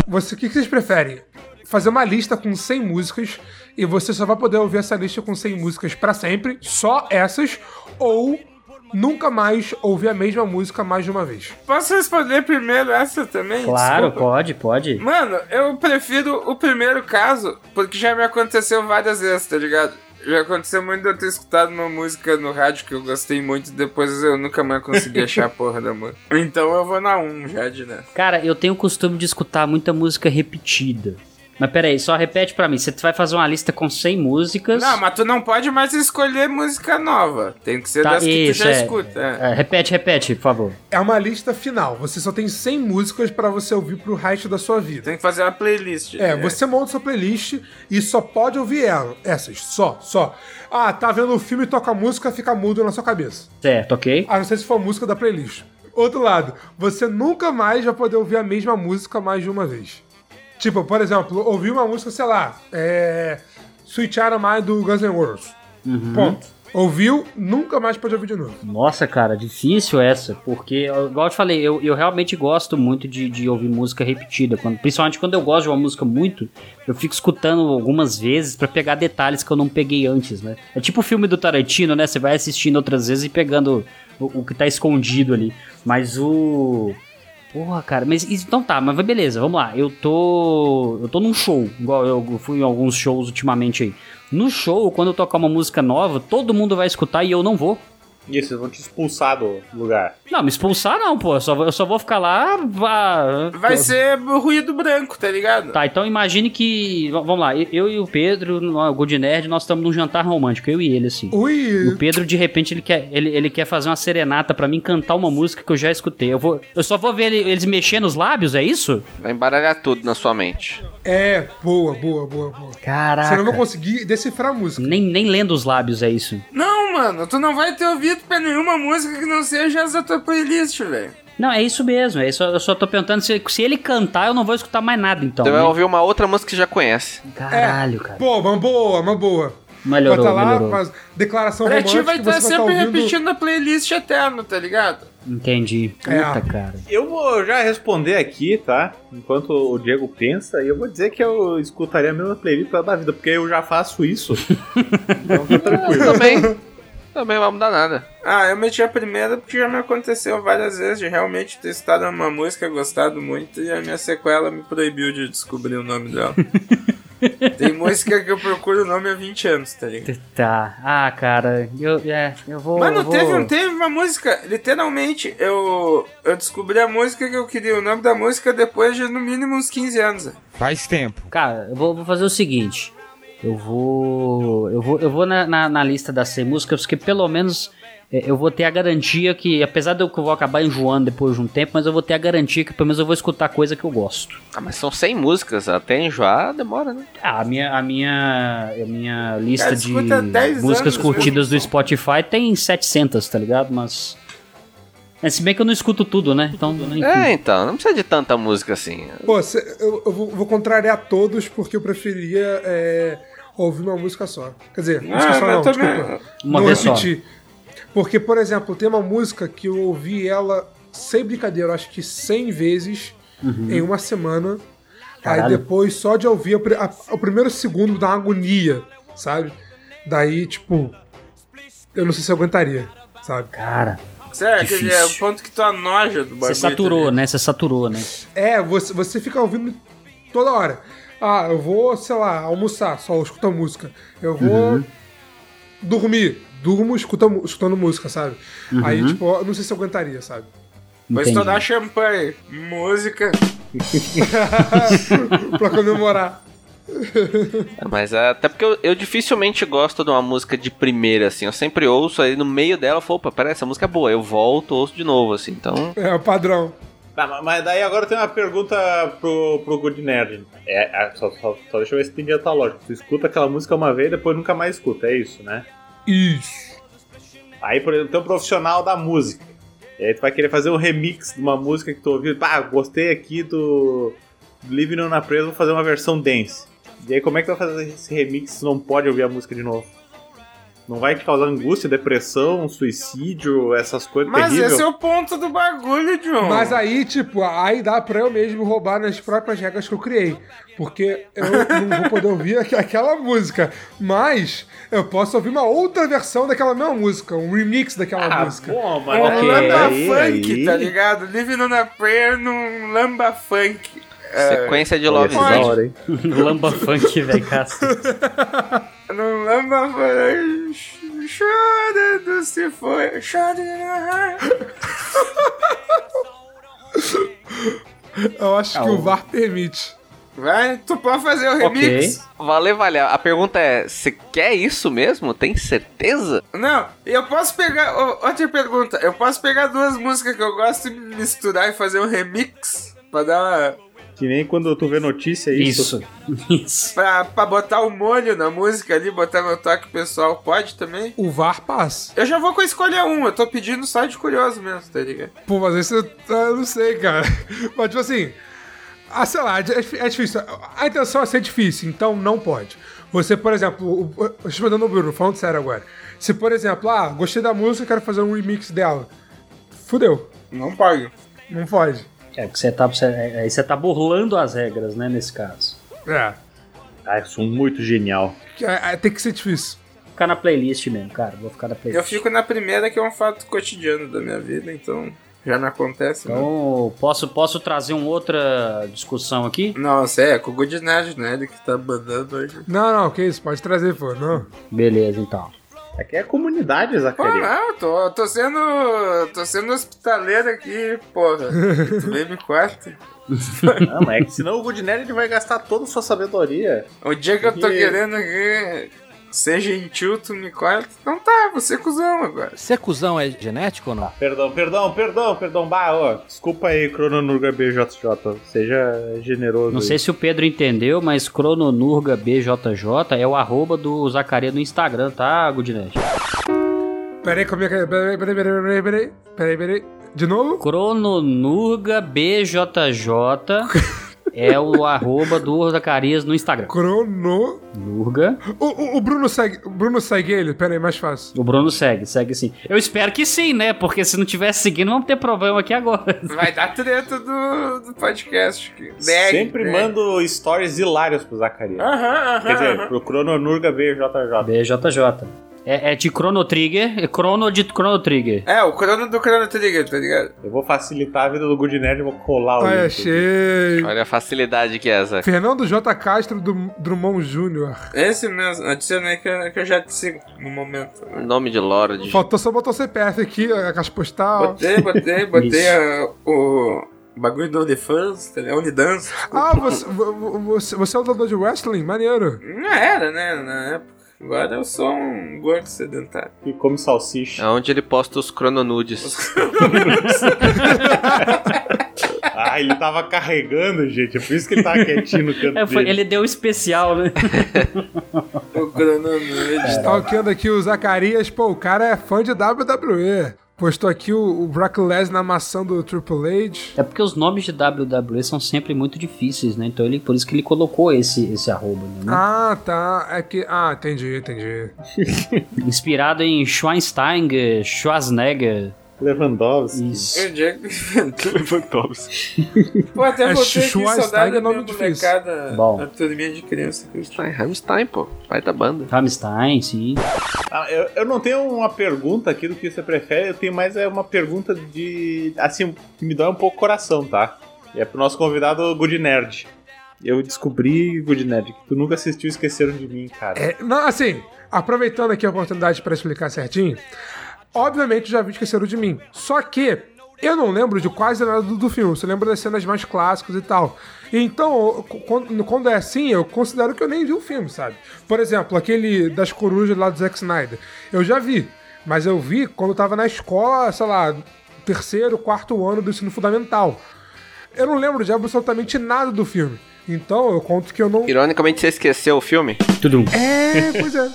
Speaker 5: Você, o que, que vocês preferem? Fazer uma lista com 100 músicas e você só vai poder ouvir essa lista com 100 músicas pra sempre, só essas, ou nunca mais ouvir a mesma música mais de uma vez.
Speaker 2: Posso responder primeiro essa também?
Speaker 3: Claro,
Speaker 2: Desculpa.
Speaker 3: pode, pode.
Speaker 2: Mano, eu prefiro o primeiro caso, porque já me aconteceu várias vezes, tá ligado? Já aconteceu muito de eu ter escutado uma música no rádio que eu gostei muito e depois eu nunca mais consegui achar a porra da música. Então eu vou na 1 já de né?
Speaker 3: Cara, eu tenho o costume de escutar muita música repetida. Mas peraí, só repete pra mim. Você vai fazer uma lista com 100 músicas.
Speaker 2: Não, mas tu não pode mais escolher música nova. Tem que ser
Speaker 3: Tá,
Speaker 2: das que tu
Speaker 3: isso,
Speaker 2: já
Speaker 3: é.
Speaker 2: escuta. é.
Speaker 3: É, repete, repete, por favor.
Speaker 5: É uma lista final, você só tem 100 músicas pra você ouvir pro resto da sua vida.
Speaker 2: Tem que fazer uma playlist.
Speaker 5: É, você monta sua playlist e só pode ouvir ela, essas, só, só. Ah, tá vendo o filme, toca a música, fica mudo na sua cabeça.
Speaker 3: Certo, ok?
Speaker 5: A não ser se for a música da playlist. Outro lado, você nunca mais vai poder ouvir a mesma música mais de uma vez. Tipo, por exemplo, ouvir uma música, sei lá, é. Sweet Child O' Mine do Guns N' Roses.
Speaker 3: Uhum.
Speaker 5: Ponto. Ouviu, nunca mais pode ouvir de novo.
Speaker 3: Nossa, cara, difícil essa, porque, ó, igual eu te falei, eu, eu realmente gosto muito de, de ouvir música repetida. Quando, principalmente quando eu gosto de uma música muito, eu fico escutando algumas vezes pra pegar detalhes que eu não peguei antes, né? É tipo o filme do Tarantino, né? Você vai assistindo outras vezes e pegando o, o que tá escondido ali. Mas o. Porra, cara, mas isso- então tá, mas beleza, vamos lá. Eu tô. Eu tô num show, igual eu fui em alguns shows ultimamente aí. No show, quando eu tocar uma música nova, todo mundo vai escutar e eu não vou.
Speaker 4: Isso, eles vão te expulsar do lugar.
Speaker 3: Não, me expulsar não, pô. Eu só, vou- eu só vou ficar lá. vá-
Speaker 2: Vai ser ruído branco, tá ligado?
Speaker 3: Tá, então imagine que. v- Vamos lá, eu- eu e o Pedro, no- o Good Nerd, nós estamos num jantar romântico, eu e ele, assim.
Speaker 5: Ui,
Speaker 3: O Pedro, de repente, ele quer, ele, ele quer fazer uma serenata pra mim cantar uma música que eu já escutei. Eu, vou, eu só vou ver ele- eles mexendo os lábios, é isso?
Speaker 7: Vai embaralhar tudo na sua mente.
Speaker 5: é, boa, boa, boa, boa. Você não vai
Speaker 3: Caraca.
Speaker 5: conseguir decifrar a música.
Speaker 3: Nem, nem lendo os lábios, é isso.
Speaker 2: Não, mano, tu não vai ter ouvido pra nenhuma música que não seja essa tua playlist, velho.
Speaker 3: Não, é isso mesmo. É isso, eu só tô perguntando se, se ele cantar, eu não vou escutar mais nada, então.
Speaker 7: Você vai
Speaker 5: é
Speaker 3: né?
Speaker 7: ouvir uma outra música que você já conhece.
Speaker 3: Caralho, cara.
Speaker 5: Boa, uma boa, uma boa.
Speaker 3: Melhorou,
Speaker 5: Bota lá,
Speaker 3: melhorou.
Speaker 5: mas declaração
Speaker 2: Pra ti
Speaker 5: romântica
Speaker 2: vai
Speaker 5: que
Speaker 2: estar
Speaker 5: você vai
Speaker 2: então,
Speaker 5: tá
Speaker 2: é sempre
Speaker 5: ouvindo...
Speaker 2: repetindo a playlist eterno, tá ligado?
Speaker 3: Entendi. Puta,
Speaker 5: É.
Speaker 3: cara.
Speaker 4: Eu vou já responder aqui, tá? Enquanto o Diego pensa, e eu vou dizer que eu escutaria a mesma playlist toda a vida, porque eu já faço isso. então tá tranquilo.
Speaker 7: Também. Também não vai mudar nada.
Speaker 2: Ah, eu meti a primeira porque já me aconteceu várias vezes de realmente ter estado uma música, gostado muito, e a minha sequela me proibiu de descobrir o nome dela. Tem música que eu procuro o nome há 20 anos, tá ligado?
Speaker 3: Tá. Ah, cara. Eu, é, eu vou. eu
Speaker 2: Mano,
Speaker 3: vou...
Speaker 2: teve, um- teve uma música, literalmente, eu, eu descobri a música que eu queria, o nome da música depois de no mínimo uns 15 anos. velho.
Speaker 9: Faz tempo.
Speaker 3: Cara, eu vou, vou fazer o seguinte. Eu vou. Eu vou, eu vou na, na, na lista das 100 músicas, porque pelo menos eh, eu vou ter a garantia que, apesar de eu que eu vou acabar enjoando depois de um tempo, mas eu vou ter a garantia que pelo menos eu vou escutar coisa que eu gosto.
Speaker 7: Ah, mas são 100 músicas. Até enjoar demora, né?
Speaker 3: Ah, a minha, a minha, a minha lista
Speaker 2: Cara,
Speaker 3: de
Speaker 2: É, escuta 10
Speaker 3: músicas
Speaker 2: anos, né?
Speaker 3: curtidas do Spotify tem 700, tá ligado? Mas. mas se bem que eu não escuto tudo, né? Então, enfim.
Speaker 7: É, então. Não precisa de tanta música assim.
Speaker 5: Pô, cê- eu, eu vou, vou contrariar todos porque eu preferia é, ouvir uma música só. Quer dizer, música só
Speaker 2: Ah, mas
Speaker 5: não,
Speaker 2: também-
Speaker 5: desculpa.
Speaker 3: Uma
Speaker 5: não
Speaker 3: vez só.
Speaker 5: repetir. Porque, por exemplo, tem uma música que eu ouvi ela, sem brincadeira, eu acho que 100 vezes em uma semana. Aí
Speaker 3: Uhum. Caralho.
Speaker 5: depois, só de ouvir a pri- a- o primeiro segundo dá uma agonia, sabe? Daí, tipo, eu não sei se eu aguentaria, sabe?
Speaker 3: Cara,
Speaker 2: Sério, quer dizer, é o
Speaker 3: Difícil.
Speaker 2: ponto que tu anoja do bagulho.
Speaker 3: você saturou, né? Você saturou, né?
Speaker 5: É, você, você fica ouvindo toda hora. Ah, eu vou, sei lá, almoçar, só escuto a música. Eu vou dormir, durmo escuta, mu- escutando música, sabe?
Speaker 3: Uhum.
Speaker 5: Aí, tipo, eu não sei se eu aguentaria, sabe?
Speaker 2: Vou
Speaker 3: Entendi.
Speaker 2: estourar champanhe, música.
Speaker 5: pra comemorar.
Speaker 7: Mas é, até porque eu, eu dificilmente gosto de uma música de primeira, assim. Eu sempre ouço aí no meio dela eu falo, opa, peraí, essa música é boa. Eu volto, ouço de novo, assim. Então.
Speaker 5: É o padrão.
Speaker 4: Tá, ma- mas daí agora tem uma pergunta pro, pro Good Nerd. É, é, só, só, só deixa eu ver se tem dia tá lógico. Tu escuta aquela música uma vez depois nunca mais escuta, é isso, né?
Speaker 5: Isso.
Speaker 4: Aí, por exemplo, tem um profissional da música. E aí tu vai querer fazer um remix de uma música que tu ouviu. Ah, gostei aqui do do Living on a Presa, vou fazer uma versão dance. E aí como é que tu vai fazer esse remix se tu não pode ouvir a música de novo? Não vai te causar angústia, depressão, suicídio, essas coisas
Speaker 2: Mas
Speaker 4: terríveis?
Speaker 2: esse é o ponto do bagulho, John.
Speaker 5: Mas aí, tipo, aí dá pra eu mesmo roubar nas próprias regras que eu criei. Porque eu não vou poder ouvir aqu- aquela música. Mas eu posso ouvir uma outra versão daquela mesma música, um remix daquela
Speaker 4: Ah,
Speaker 5: música.
Speaker 4: bom,
Speaker 2: É
Speaker 4: mas
Speaker 2: um
Speaker 3: Ok,
Speaker 2: lamba
Speaker 4: aí,
Speaker 2: funk,
Speaker 4: aí.
Speaker 2: tá ligado? Living on a prayer num lamba funk.
Speaker 7: Sequência de Love
Speaker 4: Olha, é da
Speaker 7: Zone.
Speaker 4: hora, hein?
Speaker 3: Lamba funk, velho, cacete.
Speaker 2: Num lamba funk. Chorando se foi. Chorando.
Speaker 5: Eu acho que Ah, o VAR permite.
Speaker 2: Vai, tu pode fazer o remix?
Speaker 7: Valeu, valeu. A pergunta é: você quer isso mesmo? Tem certeza?
Speaker 2: Não, eu posso pegar. ô, Outra pergunta. Eu posso pegar duas músicas que eu gosto e misturar e fazer um remix? Pra dar uma-
Speaker 4: Que nem quando tu vê notícia, é isso.
Speaker 3: Isso. Isso.
Speaker 2: Pra, pra botar o molho na música ali, botar meu toque pessoal. Pode também?
Speaker 5: O VAR passa.
Speaker 2: Eu já vou com a escolha 1, eu tô pedindo só de curioso mesmo, tá ligado?
Speaker 5: Pô, mas isso eu- eu não sei, cara. Mas, tipo assim. Ah, sei lá, é, dif- é difícil. A intenção é ser difícil, então não pode. Você, por exemplo, o- o- eu estou mandando o Bruno, falando sério agora. Se, por exemplo, ah, gostei da música, quero fazer um remix dela. Fudeu.
Speaker 2: Não pago.
Speaker 5: Não pode.
Speaker 3: É, porque você tá, você, é, aí você tá burlando as regras, né, nesse caso.
Speaker 5: É.
Speaker 4: Ah, eu sou muito genial.
Speaker 5: Que- é- é- tem que ser difícil.
Speaker 3: ficar na playlist mesmo, cara. Vou ficar na playlist.
Speaker 2: Eu fico na primeira, que é um fato cotidiano da minha vida, então já me acontece. né?
Speaker 3: Então, posso, posso trazer uma outra discussão aqui?
Speaker 2: Nossa, é, com o Good Nerd, né? Ele que tá mandando hoje.
Speaker 5: Não, não, que isso, pode trazer, pô. Não.
Speaker 3: Beleza, então.
Speaker 4: Aqui é comunidade,
Speaker 2: Pô,
Speaker 4: Zacaria.
Speaker 2: não, tô, tô sendo. tô sendo hospitaleiro aqui, porra. tu vem me corta.
Speaker 4: Não, mas é que senão o Good Nerd ele vai gastar toda a sua sabedoria.
Speaker 2: O dia que eu tô
Speaker 4: E-
Speaker 2: querendo que ser gentil, tu me corta. Então tá, você cuzão agora.
Speaker 6: Ser cuzão é genético ou não?
Speaker 4: Perdão, perdão, perdão, perdão. Bah, ó, desculpa aí, Crononurga BJJ. Seja generoso.
Speaker 3: Não
Speaker 4: aí.
Speaker 3: sei se o Pedro entendeu, mas Crononurga BJJ é o arroba do Zacaria no Instagram, tá, Gudinete?
Speaker 5: Peraí, como é que. Peraí, peraí, peraí, peraí, peraí. Peraí, peraí. De novo?
Speaker 3: Crononurga BJJ é o arroba do Zacarias no Instagram.
Speaker 5: Crono.
Speaker 3: Nurga.
Speaker 5: O, o, o Bruno segue. O Bruno segue ele? Peraí, mais fácil.
Speaker 3: O Bruno segue, segue sim. Eu espero que sim, né? Porque se não tiver seguindo, vamos ter problema aqui agora.
Speaker 2: Vai dar treta do, do podcast. aqui. Bag,
Speaker 4: Sempre
Speaker 2: bag.
Speaker 4: mando stories hilários pro Zacaria.
Speaker 2: Aham, aham.
Speaker 4: Quer dizer,
Speaker 2: Ah, aham.
Speaker 4: pro Crononurga BJJ.
Speaker 3: BJJ. É, é de Chrono Trigger, é Chrono de Chrono Trigger.
Speaker 2: É, o crono do Crono Trigger, tá ligado?
Speaker 4: Eu vou facilitar a vida do Good Nerd e vou colar o
Speaker 5: Ai,
Speaker 4: link.
Speaker 5: Ah, achei.
Speaker 7: Olha a facilidade que é, Zac.
Speaker 5: Fernando J. Castro Dum- Drummond Júnior.
Speaker 2: Esse mesmo, adicionei que eu, que eu já te sigo no momento.
Speaker 7: Nome de Lorde.
Speaker 5: Faltou só botar o CPF aqui, a caixa postal.
Speaker 2: Botei, botei, botei a- o bagulho do OnlyFans, tá ligado? Onlydança.
Speaker 5: Ah, você, vo- vo- você, você é o doador de wrestling? Maneiro.
Speaker 2: Não era, né, na época. Agora eu sou um gordo sedentário.
Speaker 4: E come salsicha.
Speaker 7: É onde ele posta os crononudes.
Speaker 4: Ah, ele tava carregando, gente. É por isso que ele tava quietinho no canto
Speaker 3: É, foi-
Speaker 4: dele.
Speaker 3: ele deu um especial, né?
Speaker 2: O
Speaker 5: É.
Speaker 2: crononude.
Speaker 5: Stalkeando Tá aqui o Zacarias. Pô, o cara é fã de WWE. Postou aqui o, o Brock Lesnar amassando o Triple H.
Speaker 3: É porque os nomes de WWE são sempre muito difíceis, né? Então ele, por isso que ele colocou esse, esse arroba, né?
Speaker 5: Ah, tá. É que. Ah, entendi, entendi.
Speaker 3: Inspirado em Schweinsteiger, Schwarzenegger.
Speaker 4: Lewandowski.
Speaker 3: Isso.
Speaker 2: O dia que Pô, até
Speaker 5: É,
Speaker 2: voltei aqui,
Speaker 5: Schweinsteiger
Speaker 2: saudade
Speaker 5: é
Speaker 2: da
Speaker 5: nome
Speaker 2: minha
Speaker 5: difícil.
Speaker 2: molecada,
Speaker 3: Bom.
Speaker 2: da turminha de criança. que eu estava.
Speaker 7: Ai, Rammstein, pô. Pai da banda.
Speaker 3: Rammstein, sim.
Speaker 4: Ah, eu, eu não tenho uma pergunta aqui do que você prefere, eu tenho mais é uma pergunta de. assim, que me dói um pouco o coração, tá? E é pro nosso convidado Good Nerd. Eu descobri, Good Nerd, que tu nunca assistiu Esqueceram de Mim, cara.
Speaker 5: É, não, assim, aproveitando aqui a oportunidade pra explicar certinho, obviamente já vi esqueceram de mim. Só que eu não lembro de quase nada do, do filme, só lembro das cenas mais clássicas e tal. Então, qu- quando, quando é assim, eu considero que eu nem vi o filme, sabe? Por exemplo, aquele das corujas lá do Zack Snyder. Eu já vi, mas eu vi quando eu tava na escola, sei lá, terceiro, quarto ano do ensino fundamental. Eu não lembro de absolutamente nada do filme. Então, eu conto que eu não
Speaker 7: Ironicamente, você esqueceu o filme?
Speaker 3: Tudum.
Speaker 5: é, pois é.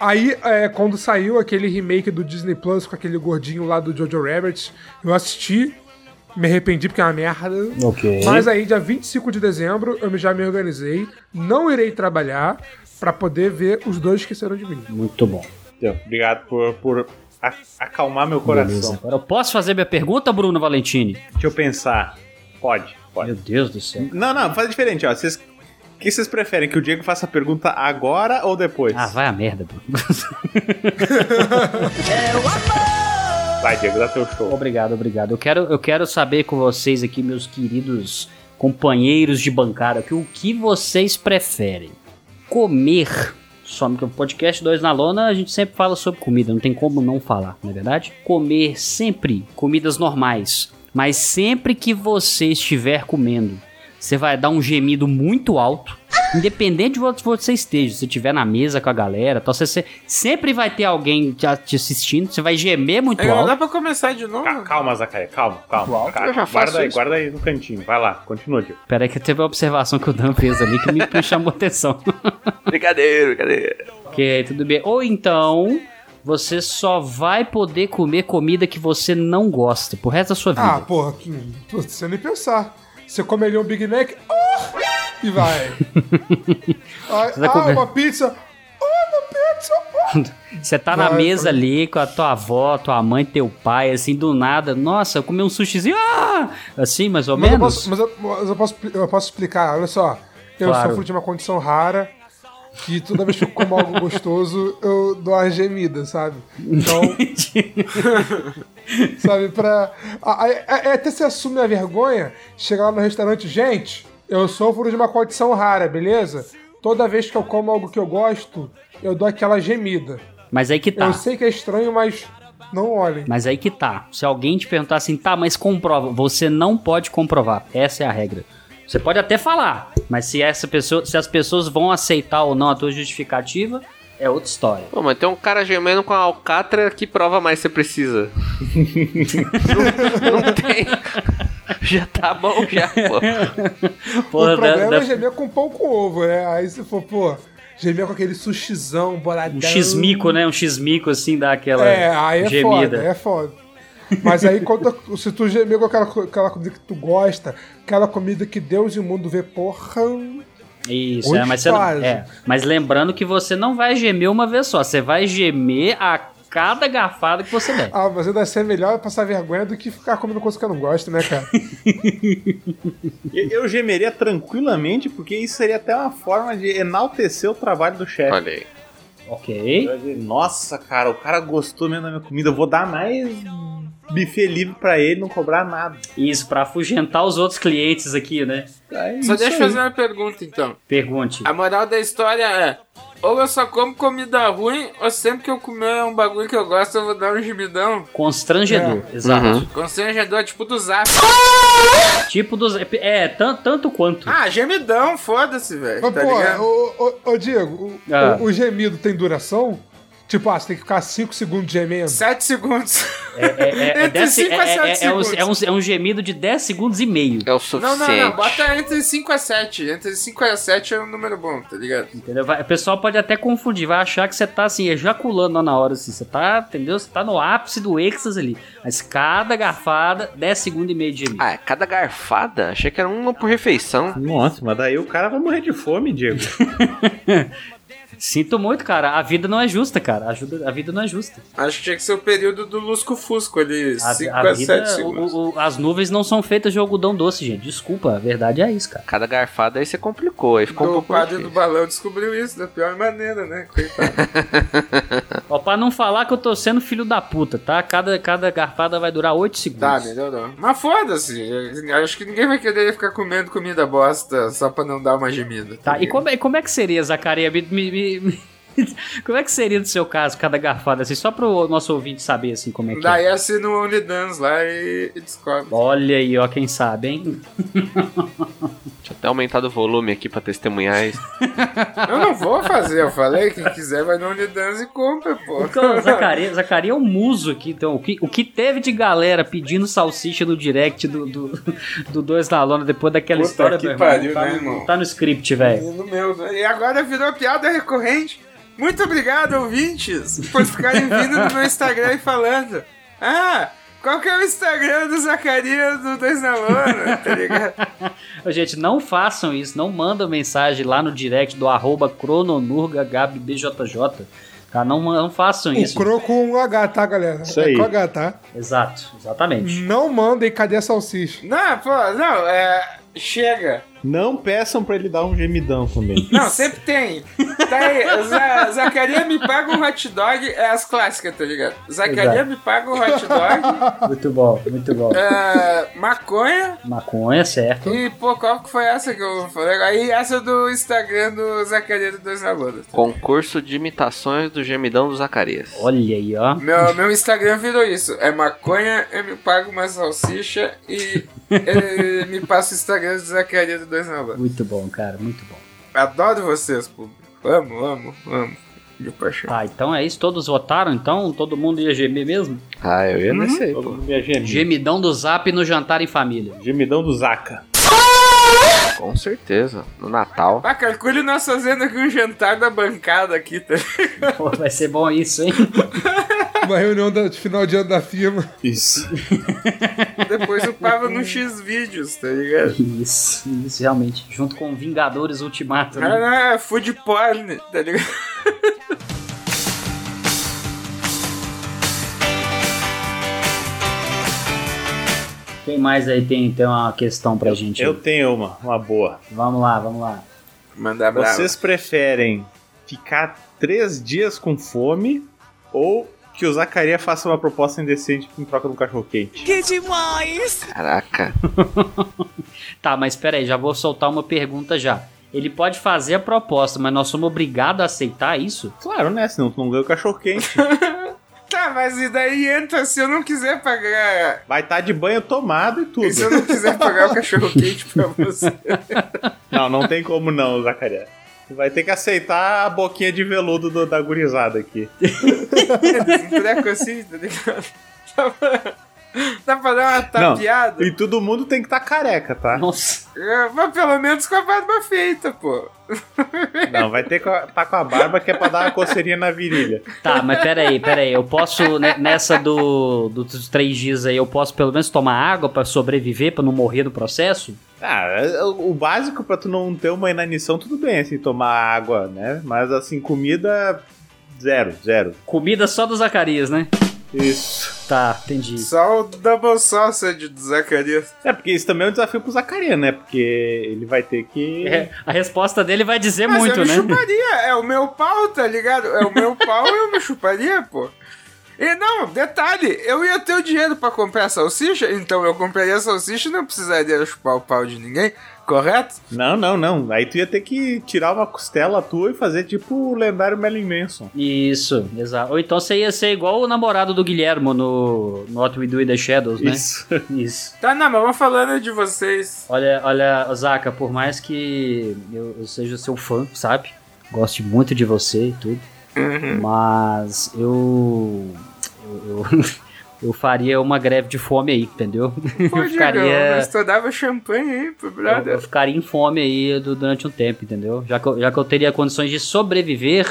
Speaker 5: Aí, é, quando saiu aquele remake do Disney Plus com aquele gordinho lá do Jojo Rabbit, eu assisti, me arrependi porque é uma merda.
Speaker 3: Ok.
Speaker 5: Mas aí, dia 25 de dezembro, eu já me organizei, não irei trabalhar pra poder ver os dois esqueceram de mim.
Speaker 3: Muito bom.
Speaker 4: Então, obrigado por, por a- acalmar meu coração.
Speaker 3: Agora eu posso fazer minha pergunta, Bruno Valentini?
Speaker 4: Deixa eu pensar. Pode, pode.
Speaker 3: Meu Deus do céu.
Speaker 4: Não, não, faz diferente, ó. Vocês. O que vocês preferem? Que o Diego faça a pergunta agora ou depois?
Speaker 3: Ah, vai a merda, Bruno.
Speaker 4: Vai, Diego, dá teu show.
Speaker 3: obrigado, obrigado. Eu quero, eu quero saber com vocês aqui, meus queridos companheiros de bancada, que o que vocês preferem? Comer. Só no podcast 2 na lona, a gente sempre fala sobre comida, não tem como não falar, não é verdade? Comer sempre comidas normais, mas sempre que você estiver comendo, você vai dar um gemido muito alto, independente de onde você esteja, se estiver na mesa com a galera, tal, você, você sempre vai ter alguém te te assistindo, você vai gemer muito
Speaker 2: Aí,
Speaker 3: alto.
Speaker 2: Não dá pra começar de novo?
Speaker 4: Ca- Calma, Zacaria, calma, calma. Ca-
Speaker 7: Eu já faço
Speaker 4: guarda aí,
Speaker 7: isso.
Speaker 4: guarda aí no cantinho. Vai lá, continua, Diego.
Speaker 3: Pera aí que teve uma observação que o Dan fez ali que me chamou a atenção.
Speaker 7: Brincadeira, brincadeira.
Speaker 3: ok, tudo bem. Ou então, você só vai poder comer comida que você não gosta pro resto da sua vida.
Speaker 5: Ah, porra, que, putz, sem nem pensar. Você come ali um Big Mac, oh, e vai. ah,
Speaker 3: vai
Speaker 5: ah,
Speaker 3: comer.
Speaker 5: uma pizza, oh, uma pizza, oh.
Speaker 3: Você tá na
Speaker 5: vai,
Speaker 3: mesa ali com a tua avó, tua mãe, teu pai, assim, do nada. Nossa, eu comi um sushizinho. Ah! Assim, mais ou
Speaker 5: Mas, eu
Speaker 3: menos.
Speaker 5: posso, mas eu- mas eu posso- eu posso explicar, olha só. Eu
Speaker 3: Claro.
Speaker 5: sofro de uma condição rara que toda vez que eu como algo gostoso, eu dou uma gemida, sabe? Então. sabe, pra. a- a- a- até se assume a vergonha, chegar lá no restaurante, gente, eu sofro de uma condição rara, beleza? Toda vez que eu como algo que eu gosto, eu dou aquela gemida.
Speaker 3: Mas aí que tá.
Speaker 5: Eu sei que é estranho, mas não olhem.
Speaker 3: Mas aí que tá. Se alguém te perguntar assim, tá, mas comprova. Você não pode comprovar. Essa é a regra. Você pode até falar, mas se essa pessoa, se as pessoas vão aceitar ou não a tua justificativa, é outra história.
Speaker 7: Pô, mas tem um cara gemendo com a Alcatra que prova mais você precisa. não, não tem. Já tá bom, já, pô.
Speaker 3: Porra,
Speaker 5: o problema
Speaker 3: da- da-
Speaker 5: é gemer com pão com ovo, né? Aí se for, pô, gemer com aquele sushizão, boladão.
Speaker 3: um xmico, né? Um xmico assim dá aquela
Speaker 5: É, aí é
Speaker 3: gemida.
Speaker 5: foda, é foda. Mas aí, quando, se tu gemer com aquela, co- aquela comida que tu gosta, aquela comida que Deus e o mundo vê, porra.
Speaker 3: Isso,
Speaker 5: Onde
Speaker 3: é, mas você não,
Speaker 5: faz?
Speaker 3: é. Mas lembrando que você não vai gemer uma vez só, você vai gemer a cada garfada que você der.
Speaker 5: Ah, mas ainda assim é melhor passar vergonha do que ficar comendo coisa que eu não gosto, né, cara?
Speaker 4: Eu, eu gemeria tranquilamente, porque isso seria até uma forma de enaltecer o trabalho do chefe.
Speaker 7: Olha aí.
Speaker 3: Ok.
Speaker 4: Eu ia dizer, Nossa, cara, o cara gostou mesmo da minha comida, eu vou dar mais buffet livre pra ele, não cobrar nada.
Speaker 3: Isso, pra afugentar os outros clientes aqui, né?
Speaker 4: É
Speaker 2: Só
Speaker 4: isso
Speaker 2: deixa eu
Speaker 4: aí.
Speaker 2: fazer uma pergunta, então.
Speaker 3: Pergunte.
Speaker 2: A moral da história é: ou eu só como comida ruim, ou sempre que eu comer um bagulho que eu gosto, eu vou dar um gemidão.
Speaker 3: Constrangedor,
Speaker 5: É.
Speaker 3: exato.
Speaker 7: Uhum.
Speaker 2: Constrangedor, tipo do zap.
Speaker 3: Tipo dos. É, tan- tanto quanto.
Speaker 2: Ah, gemidão, foda-se, velho.
Speaker 5: Mas,
Speaker 2: Tá
Speaker 5: pô,
Speaker 2: ligado?
Speaker 5: ô, ô, ô, Diego, o,
Speaker 3: Ah.
Speaker 5: o- o gemido tem duração? Tipo, ah, você tem que ficar 5 segundos gemendo.
Speaker 2: 7 segundos.
Speaker 3: É, é, é, é,
Speaker 2: Entre
Speaker 3: dez se- é,
Speaker 2: cinco a
Speaker 3: é,
Speaker 2: sete
Speaker 3: é, é um, é, um,
Speaker 2: segundos.
Speaker 3: é um gemido de 10 segundos e meio.
Speaker 7: É o
Speaker 2: Não,
Speaker 7: suficiente.
Speaker 2: não, não. Bota entre 5 a 7. Entre 5 a 7 é um número bom, tá ligado?
Speaker 3: Entendeu? Vai- O pessoal pode até confundir, vai achar que você tá assim, ejaculando lá na hora, assim. Você tá, entendeu? Você tá no ápice do êxtase ali. Mas cada garfada, 10 segundos e meio de gemido.
Speaker 7: Ah, é cada garfada? Achei que era uma por refeição.
Speaker 4: Nossa, mas daí o cara vai morrer de fome, Diego.
Speaker 3: Sinto muito, cara. A vida não é justa, cara. A, ajuda- a vida não é justa.
Speaker 2: Acho que tinha que ser o período do Lusco Fusco ali.
Speaker 3: A,
Speaker 2: 5
Speaker 3: a
Speaker 2: a
Speaker 3: vida,
Speaker 2: 7 segundos.
Speaker 3: o- o- as nuvens não são feitas de algodão doce, gente. Desculpa, a verdade é isso, cara.
Speaker 7: Cada garfada aí você complicou. Aí ficou um
Speaker 2: O
Speaker 7: pouco
Speaker 2: padre do
Speaker 7: difícil.
Speaker 2: balão descobriu isso da pior maneira, né? Coitado.
Speaker 3: Ó, pra não falar que eu tô sendo filho da puta, tá? Cada, cada garfada vai durar 8 segundos.
Speaker 2: Tá, melhorou. Mas foda-se. Acho que ninguém vai querer ficar comendo comida bosta só pra não dar uma gemida.
Speaker 3: Tá, e
Speaker 2: ligado?
Speaker 3: como é, como é que seria, Zacaria? Me- me- me- me- como é que seria no seu caso, cada garfada assim? Só pro nosso ouvinte saber, assim, como é que é.
Speaker 2: Daí assina o OnlyDans lá e, e descobre.
Speaker 3: Olha aí, ó, quem sabe, hein?
Speaker 7: Deixa eu até aumentar o volume aqui pra testemunhar isso.
Speaker 2: Eu não vou fazer, eu falei. Quem quiser vai no OnlyDans e compra, pô.
Speaker 3: Então, o Zacaria, Zacaria é um muso aqui, então. O que, o que teve de galera pedindo salsicha no direct do, do, do Dois na Lona depois daquela
Speaker 2: Puta
Speaker 3: história,
Speaker 2: que
Speaker 3: meu irmão?
Speaker 2: pariu,
Speaker 3: tá,
Speaker 2: né,
Speaker 3: no-
Speaker 2: irmão?
Speaker 3: tá no script, velho.
Speaker 2: No meu, né? E agora virou piada recorrente. Muito obrigado, ouvintes, por ficarem vindo no meu Instagram e falando. Ah, qual que é o Instagram do Zacarias do Dois na Lona, tá ligado?
Speaker 3: Ô, Gente, não façam isso, não mandam mensagem lá no direct do arroba crononurgagabbjj, tá? Não, não façam
Speaker 5: O
Speaker 3: isso.
Speaker 5: cro com um H, tá, galera?
Speaker 4: Isso aí.
Speaker 5: É com H, tá?
Speaker 3: Exato, exatamente.
Speaker 5: Não mandem, cadê a salsicha?
Speaker 2: Não, pô, não, é... Chega.
Speaker 4: Não peçam pra ele dar um gemidão também.
Speaker 2: Não, sempre tem. Tá aí, Za Zacarias me paga um hot dog, é as clássicas, tá ligado? Zacarias
Speaker 3: Exato.
Speaker 2: me paga um hot dog,
Speaker 3: Muito bom, muito bom.
Speaker 2: é, maconha,
Speaker 3: Maconha, certo.
Speaker 2: e pô, qual que foi essa que eu falei? Aí essa do Instagram do Zacarias do Dois na Lona.
Speaker 7: Concurso de imitações do gemidão do Zacarias.
Speaker 3: Olha aí, ó.
Speaker 2: Meu, meu Instagram virou isso. É maconha, eu me pago uma salsicha e eh, me passa o Instagram do Zacarias do Dois Nova.
Speaker 3: Muito bom, cara, muito bom.
Speaker 2: Adoro vocês, público. Amo, amo, amo. De paixão.
Speaker 3: Tá, então é isso. Todos votaram, então? Todo mundo ia gemer mesmo?
Speaker 7: Ah, eu ia nesse aí,
Speaker 4: Todo
Speaker 7: pô.
Speaker 4: mundo ia gemer.
Speaker 3: Gemidão do zap no jantar em família.
Speaker 4: Gemidão do Zaca.
Speaker 7: Com certeza. No Natal.
Speaker 2: Ah, calcule nós fazendo aqui um jantar da bancada aqui, tá?
Speaker 3: Pô, vai ser bom isso, hein?
Speaker 5: Uma reunião da- de final de ano da firma.
Speaker 4: Isso.
Speaker 2: Depois eu pago no X vídeos, tá ligado?
Speaker 3: Isso, isso, realmente. Junto com Vingadores Ultimato. né?
Speaker 2: Ah, food porn, tá ligado?
Speaker 3: Quem mais aí tem, tem uma questão pra gente?
Speaker 4: Eu tenho uma, uma boa.
Speaker 3: Vamos lá, vamos lá.
Speaker 2: Mandar brava.
Speaker 4: Vocês preferem ficar três dias com fome ou que o Zacaria faça uma proposta indecente em troca de um cachorro quente.
Speaker 10: Que demais!
Speaker 7: Caraca.
Speaker 3: Tá, mas espera aí, já vou soltar uma pergunta já. Ele pode fazer a proposta, mas nós somos obrigados a aceitar isso?
Speaker 4: Claro, né? Senão tu não ganha o cachorro quente.
Speaker 2: Tá, mas e daí entra se eu não quiser pagar.
Speaker 4: Vai estar de banho tomado e
Speaker 2: E se eu
Speaker 4: tudo.
Speaker 2: não quiser pagar o cachorro quente pra você?
Speaker 4: Não, não tem como não, Zacaria. Tu Vai ter que aceitar a boquinha de veludo do- da gurizada aqui.
Speaker 2: Um treco assim, tá ligado? Dá pra- Dá pra dar uma tapeada?
Speaker 4: E todo mundo tem que estar careca, tá?
Speaker 3: Nossa.
Speaker 2: É, Mas pelo menos com a barba feita, pô.
Speaker 4: Não, vai ter que estar com a barba que é pra dar uma coceirinha na virilha.
Speaker 3: Tá, mas pera aí, pera aí. Eu posso, né, nessa do, do- dos três dias aí, eu posso pelo menos tomar água pra sobreviver, pra não morrer no processo?
Speaker 4: Ah, é- o básico pra tu não ter uma inanição, tudo bem, assim, tomar água, né? Mas assim, comida. Zero, zero.
Speaker 3: Comida só do Zacarias, né?
Speaker 4: Isso.
Speaker 3: Tá, entendi.
Speaker 2: Só o double sausage do Zacarias.
Speaker 4: É, porque isso também é um desafio pro Zacaria, né? Porque ele vai ter que.
Speaker 3: É, a resposta dele vai dizer
Speaker 2: Mas
Speaker 3: muito,
Speaker 2: eu me
Speaker 3: né?
Speaker 2: chuparia, é o meu pau, tá ligado? É o meu pau eu me chuparia, pô. E não, detalhe, eu ia ter o dinheiro pra comprar salsicha, então eu compraria salsicha e não precisaria chupar o pau de ninguém, correto?
Speaker 4: Não, não, não. Aí tu ia ter que tirar uma costela tua e fazer tipo o lendário Merlin Manson.
Speaker 3: Isso, exato. Ou então você ia ser igual o namorado do Guilhermo no, no What We Do in the Shadows, né?
Speaker 4: Isso.
Speaker 3: Isso.
Speaker 2: Tá, não, mas vamos falando de vocês.
Speaker 3: Olha, olha, Zaca, por mais que eu, eu seja seu fã, sabe? Goste muito de você e tudo. Mas eu. Eu, eu, eu faria uma greve de fome aí, entendeu?
Speaker 2: Pô,
Speaker 3: eu
Speaker 2: Diego,
Speaker 3: ficaria.
Speaker 2: mas tu dava champanhe aí pro
Speaker 3: Eu, eu
Speaker 2: brother.
Speaker 3: ficaria em fome aí du- durante um tempo, entendeu? Já que, eu, já que eu teria condições de sobreviver,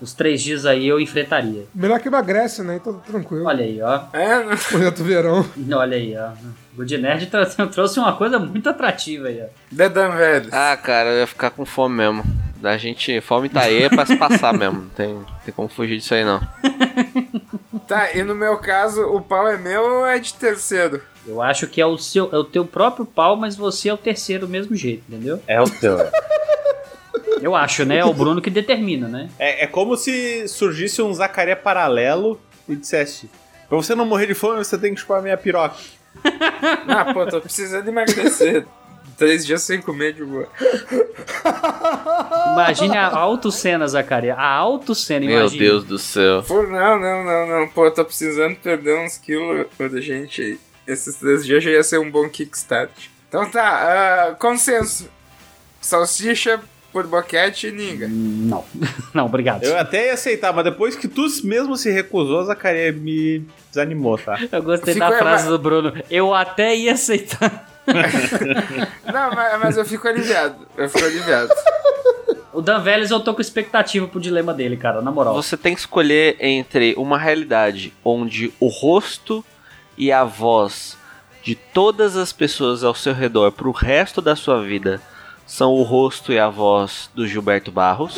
Speaker 3: os três dias aí eu enfrentaria.
Speaker 5: Melhor que emagrece, né? Então tá tranquilo.
Speaker 3: Olha aí, ó.
Speaker 2: É, não-
Speaker 5: Projeto Verão.
Speaker 3: Olha aí, ó. Good Nerd tra- trouxe uma coisa muito atrativa aí, ó.
Speaker 2: Dedan velho.
Speaker 7: Ah, cara, eu ia ficar com fome mesmo. Da gente, fome tá aí é pra se passar mesmo. Não tem, não tem como fugir disso aí, não.
Speaker 2: Tá, e no meu caso, o pau é meu ou é de terceiro?
Speaker 3: Eu acho que é o seu, é o teu próprio pau, mas você é o terceiro do mesmo jeito, entendeu?
Speaker 4: É o teu.
Speaker 3: Eu acho, né? É o Bruno que determina, né?
Speaker 4: É, é como se surgisse um Zacaria paralelo e dissesse: Pra você não morrer de fome, você tem que chupar a minha piroca.
Speaker 2: Ah, pô, tô precisando emagrecer. Três dias sem comer de boa.
Speaker 3: Imagine a autocena, Zacaria. A autocena,
Speaker 7: Meu
Speaker 3: imagina.
Speaker 7: Deus do céu.
Speaker 2: Pô, não, não, não, não. Pô, eu tô precisando perder uns quilos quando gente aí. Esses três dias já ia ser um bom kickstart. Então tá, ah, consenso. Salsicha por boquete e ninga.
Speaker 3: Não, não, obrigado.
Speaker 4: Eu
Speaker 3: Eu,
Speaker 4: até ia aceitar, mas depois que tu mesmo se recusou, Zacaria me desanimou, tá?
Speaker 3: gostei da
Speaker 2: Fico-
Speaker 3: frase do Bruno. Eu até ia aceitar.
Speaker 2: Não, mas, mas eu fico aliviado. Eu fico aliviado.
Speaker 3: O Dan Vélez, eu tô com expectativa pro dilema dele, cara, na moral.
Speaker 7: Você tem que escolher entre uma realidade onde o rosto e a voz de todas as pessoas ao seu redor pro resto da sua vida são o rosto e a voz do Gilberto Barros.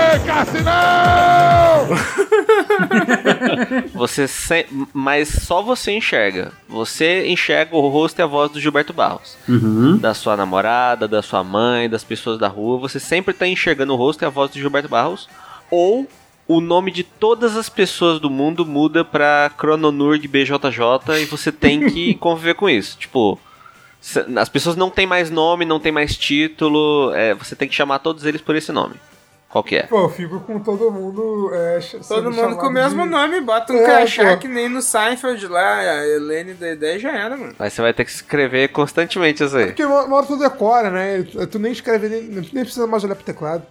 Speaker 7: Você se- mas só você enxerga. Você enxerga o rosto e a voz do Gilberto Barros.
Speaker 3: Uhum.
Speaker 7: Da sua namorada, da sua mãe, das pessoas da rua. Você sempre tá enxergando o rosto e a voz do Gilberto Barros. Ou o nome de todas as pessoas do mundo muda pra Crononurg BJJ e você tem que conviver com isso. Tipo, se- as pessoas não têm mais nome, não tem mais título. é, você tem que chamar todos eles por esse nome. Qual que é?
Speaker 5: Pô, eu fico com todo mundo. É, ch-
Speaker 2: Todo
Speaker 5: sendo
Speaker 2: mundo com
Speaker 5: chamado
Speaker 2: o mesmo
Speaker 5: de-
Speaker 2: nome, bota um
Speaker 5: É,
Speaker 2: crachá
Speaker 5: pô.
Speaker 2: que nem no Seinfeld lá, a Helene da ideia já era, mano.
Speaker 7: Aí você vai ter que escrever constantemente isso aí.
Speaker 5: Porque uma uma hora tu decora, né? Tu- Tu nem escreve, nem, nem precisa mais olhar pro teclado.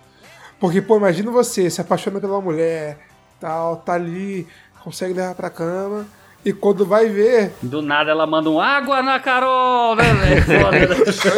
Speaker 5: Porque, pô, imagina você, se apaixona pela mulher, tal, tá ali, consegue levar pra cama, e quando vai ver,
Speaker 3: Do nada ela manda um água na Carol, né, velho? Foda, né?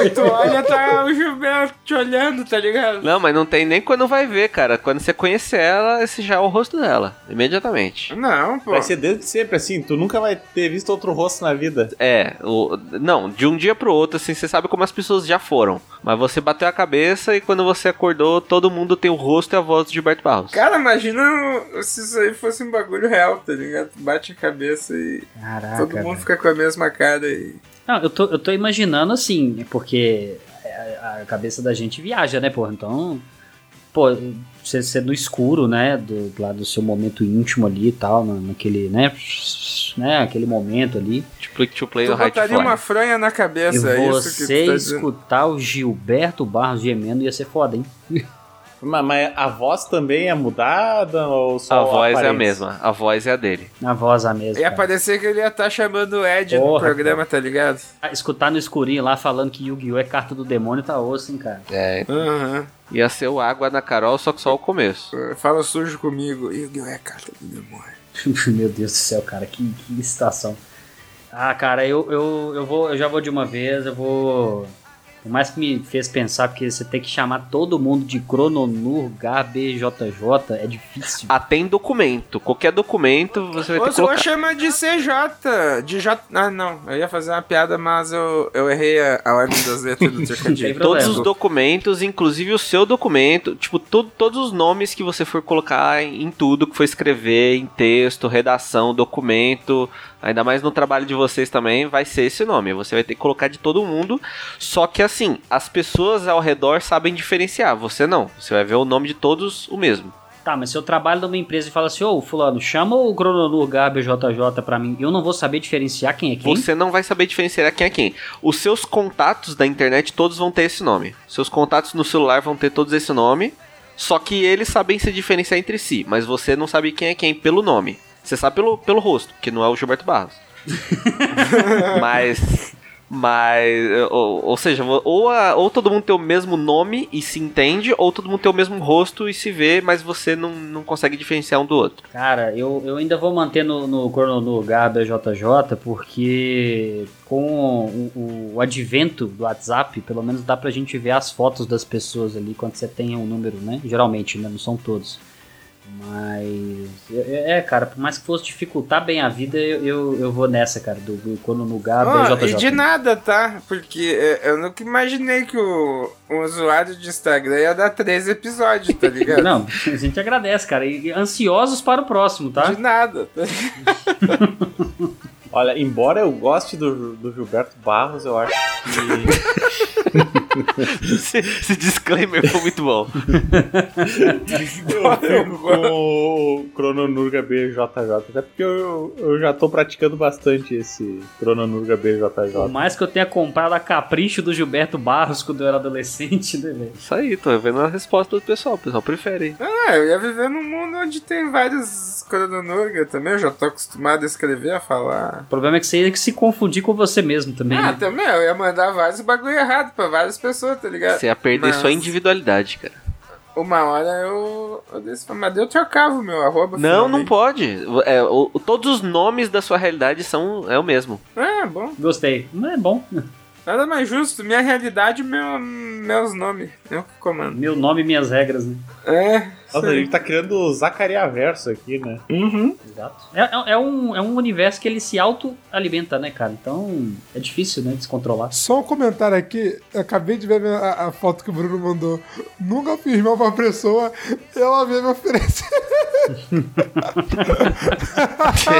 Speaker 2: Tu olha, tá o Gilberto te olhando, tá ligado?
Speaker 7: Não, mas não tem nem quando vai ver, cara. Quando você conhecer ela, esse já é o rosto dela. Imediatamente.
Speaker 2: Não, pô.
Speaker 4: Vai ser desde sempre assim, tu nunca vai ter visto outro rosto na vida.
Speaker 7: É, o- não, de um dia pro outro, assim, você sabe como as pessoas já foram. Mas você bateu a cabeça e quando você acordou, todo mundo tem o rosto e a voz de Gilberto Barros.
Speaker 2: Cara, imagina se isso aí fosse um bagulho real, tá ligado? Bate a cabeça e
Speaker 3: Caraca.
Speaker 2: todo mundo fica com a mesma cara e.
Speaker 3: Não, eu tô, eu tô é, imaginando assim, porque a, a cabeça da gente viaja, né, porra? né, Então, pô, você ser no escuro, né? Do, do lado do seu momento íntimo ali e tal, na- naquele, né? né? Aquele momento ali.
Speaker 7: Tipo, to play
Speaker 2: Tu
Speaker 7: no High
Speaker 2: botaria
Speaker 7: Fly.
Speaker 2: uma franha na
Speaker 3: E
Speaker 2: cabeça, é isso que
Speaker 3: você
Speaker 2: tu tá dizendo.
Speaker 3: escutar o Gilberto Barros gemendo ia ser foda, hein?
Speaker 4: Mas, mas a voz também é mudada ou só
Speaker 7: A voz é a
Speaker 4: aparência?
Speaker 7: mesma, a voz é a dele.
Speaker 3: Na voz a mesma.
Speaker 2: Ia parecer que ele ia estar chamando o Ed no
Speaker 3: Porra,
Speaker 2: programa, tá ligado?
Speaker 3: Ah, Escutar no escurinho lá falando que Yu-Gi-Oh! é carta do demônio tá osso, hein, cara.
Speaker 7: É.
Speaker 2: Aham.
Speaker 7: Ia ser o Água na Carol, só que só o começo.
Speaker 2: Fala sujo comigo. E o é carta do demônio.
Speaker 3: Meu Deus do céu, cara, que, que estação. Ah, cara, eu, eu, eu, vou, eu já vou de uma vez, eu vou. O mais que me fez pensar, porque você tem que chamar todo mundo de Crononur, GBJJ, é difícil.
Speaker 7: Ah, tem documento. Qualquer documento você vai
Speaker 2: Ou
Speaker 7: ter que
Speaker 2: você
Speaker 7: colocar.
Speaker 2: chama de CJ. De J. Ah, não. Eu ia fazer uma piada, mas eu, eu errei a, a ordem das letras do
Speaker 3: Tem
Speaker 2: trocadilho.
Speaker 7: Todos
Speaker 3: problema.
Speaker 7: os documentos, inclusive o seu documento, tipo, tu- todos os nomes que você for colocar em, em tudo que for escrever, em texto, redação, documento, ainda mais no trabalho de vocês também, vai ser esse nome. Você vai ter que colocar de todo mundo. Só que assim, as pessoas ao redor sabem diferenciar, você não. Você vai ver o nome de todos o mesmo.
Speaker 3: Tá, mas se eu trabalho numa empresa e falo assim, ô fulano, chama o Crononur, GBJJ pra mim, eu não vou saber diferenciar quem é quem.
Speaker 7: Você não vai saber diferenciar quem é quem. Os seus contatos da internet todos vão ter esse nome. Seus contatos no celular vão ter todos esse nome. Só que eles sabem se diferenciar entre si, mas você não sabe quem é quem pelo nome. Você sabe pelo, pelo rosto, que não é o Gilberto Barros. mas. Mas. Ou, ou seja, ou, a- ou todo mundo tem o mesmo nome e se entende, ou todo mundo tem o mesmo rosto e se vê, mas você não, não consegue diferenciar um do outro.
Speaker 3: Cara, eu, eu ainda vou manter no, no Corno no JJ, porque com o- o, o advento do WhatsApp, pelo menos dá pra gente ver as fotos das pessoas ali quando você tem um número, né? Geralmente, né? Não são todos. Mas. É, é, cara, por mais que fosse dificultar bem a vida, eu, eu, eu vou nessa, cara, do, do Corno no
Speaker 2: Ó,
Speaker 3: JJ.
Speaker 2: Ah, e de nada, tá? Porque é, eu nunca imaginei que o, o usuário de Instagram ia dar três episódios, tá ligado?
Speaker 3: Não, a gente agradece, cara. E ansiosos para o próximo, tá?
Speaker 2: De nada. tá ligado?
Speaker 4: Olha, embora eu goste do, do Gilberto Barros, eu acho que.
Speaker 7: esse, esse disclaimer foi muito bom.
Speaker 4: eu fico com o Crononurga BJJ. Até porque eu, eu já tô praticando bastante esse Crononurga
Speaker 3: Por
Speaker 4: BJJ.
Speaker 3: mais que eu tenha comprado a capricho do Gilberto Barros quando eu era adolescente, né, velho?
Speaker 7: Isso aí, tô vendo a resposta do pessoal. O pessoal prefere. hein?
Speaker 2: Ah, eu ia viver num mundo onde tem vários crononurga também. Eu já tô acostumado a escrever, a falar.
Speaker 3: O problema é que você ia se confundir com você mesmo também.
Speaker 2: Ah,
Speaker 3: né?
Speaker 2: também, eu ia mandar vários bagulho errado pra várias pessoas, tá ligado?
Speaker 7: Você é ia perder
Speaker 2: Mas-
Speaker 7: sua individualidade, cara.
Speaker 2: Uma hora eu. eu disse, mas eu trocava o meu arroba.
Speaker 7: Não, não
Speaker 2: finalmente.
Speaker 7: pode. É, o- o- todos os nomes da sua realidade são é o mesmo.
Speaker 2: É, bom.
Speaker 3: Gostei. Não é bom.
Speaker 2: Nada mais justo. Minha realidade, meu, meus nomes. Eu que comando.
Speaker 3: Meu nome e minhas regras, né?
Speaker 2: É.
Speaker 4: Nossa, a gente tá criando o Zacaria Verso aqui, né?
Speaker 3: Exato. É, é- é um, é um universo que ele se autoalimenta, né, cara? Então é difícil, né, descontrolar.
Speaker 5: Só um comentário aqui, eu acabei de ver a, a foto que o Bruno mandou. Nunca fiz mal pra pessoa, ela veio me oferecer. ela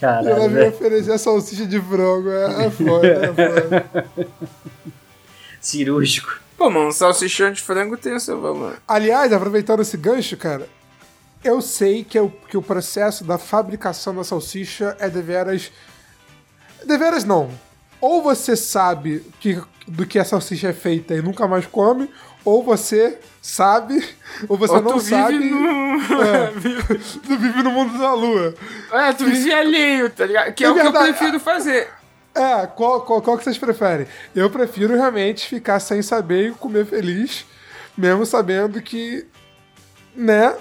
Speaker 3: Caralho,
Speaker 5: veio
Speaker 3: velho.
Speaker 5: oferecer salsicha de frango, é, é foda, é foda.
Speaker 3: Cirúrgico.
Speaker 2: Pô, mano, um salsichão de frango tem o seu valor.
Speaker 5: Aliás, aproveitando esse gancho, cara, eu sei que, o- que o processo da fabricação da salsicha é deveras. Deveras não. Ou você sabe que- do que a salsicha é feita e nunca mais come, ou você sabe, ou você
Speaker 2: Ou tu
Speaker 5: não
Speaker 2: vive
Speaker 5: sabe.
Speaker 2: no.
Speaker 5: É. tu vive no mundo da lua.
Speaker 2: É, tu vive alheio, tá ligado? Que é,
Speaker 5: É
Speaker 2: o que eu
Speaker 5: verdade.
Speaker 2: prefiro fazer.
Speaker 5: É, qual, qual, qual que vocês preferem? Eu prefiro realmente ficar sem saber e comer feliz, mesmo sabendo que, né?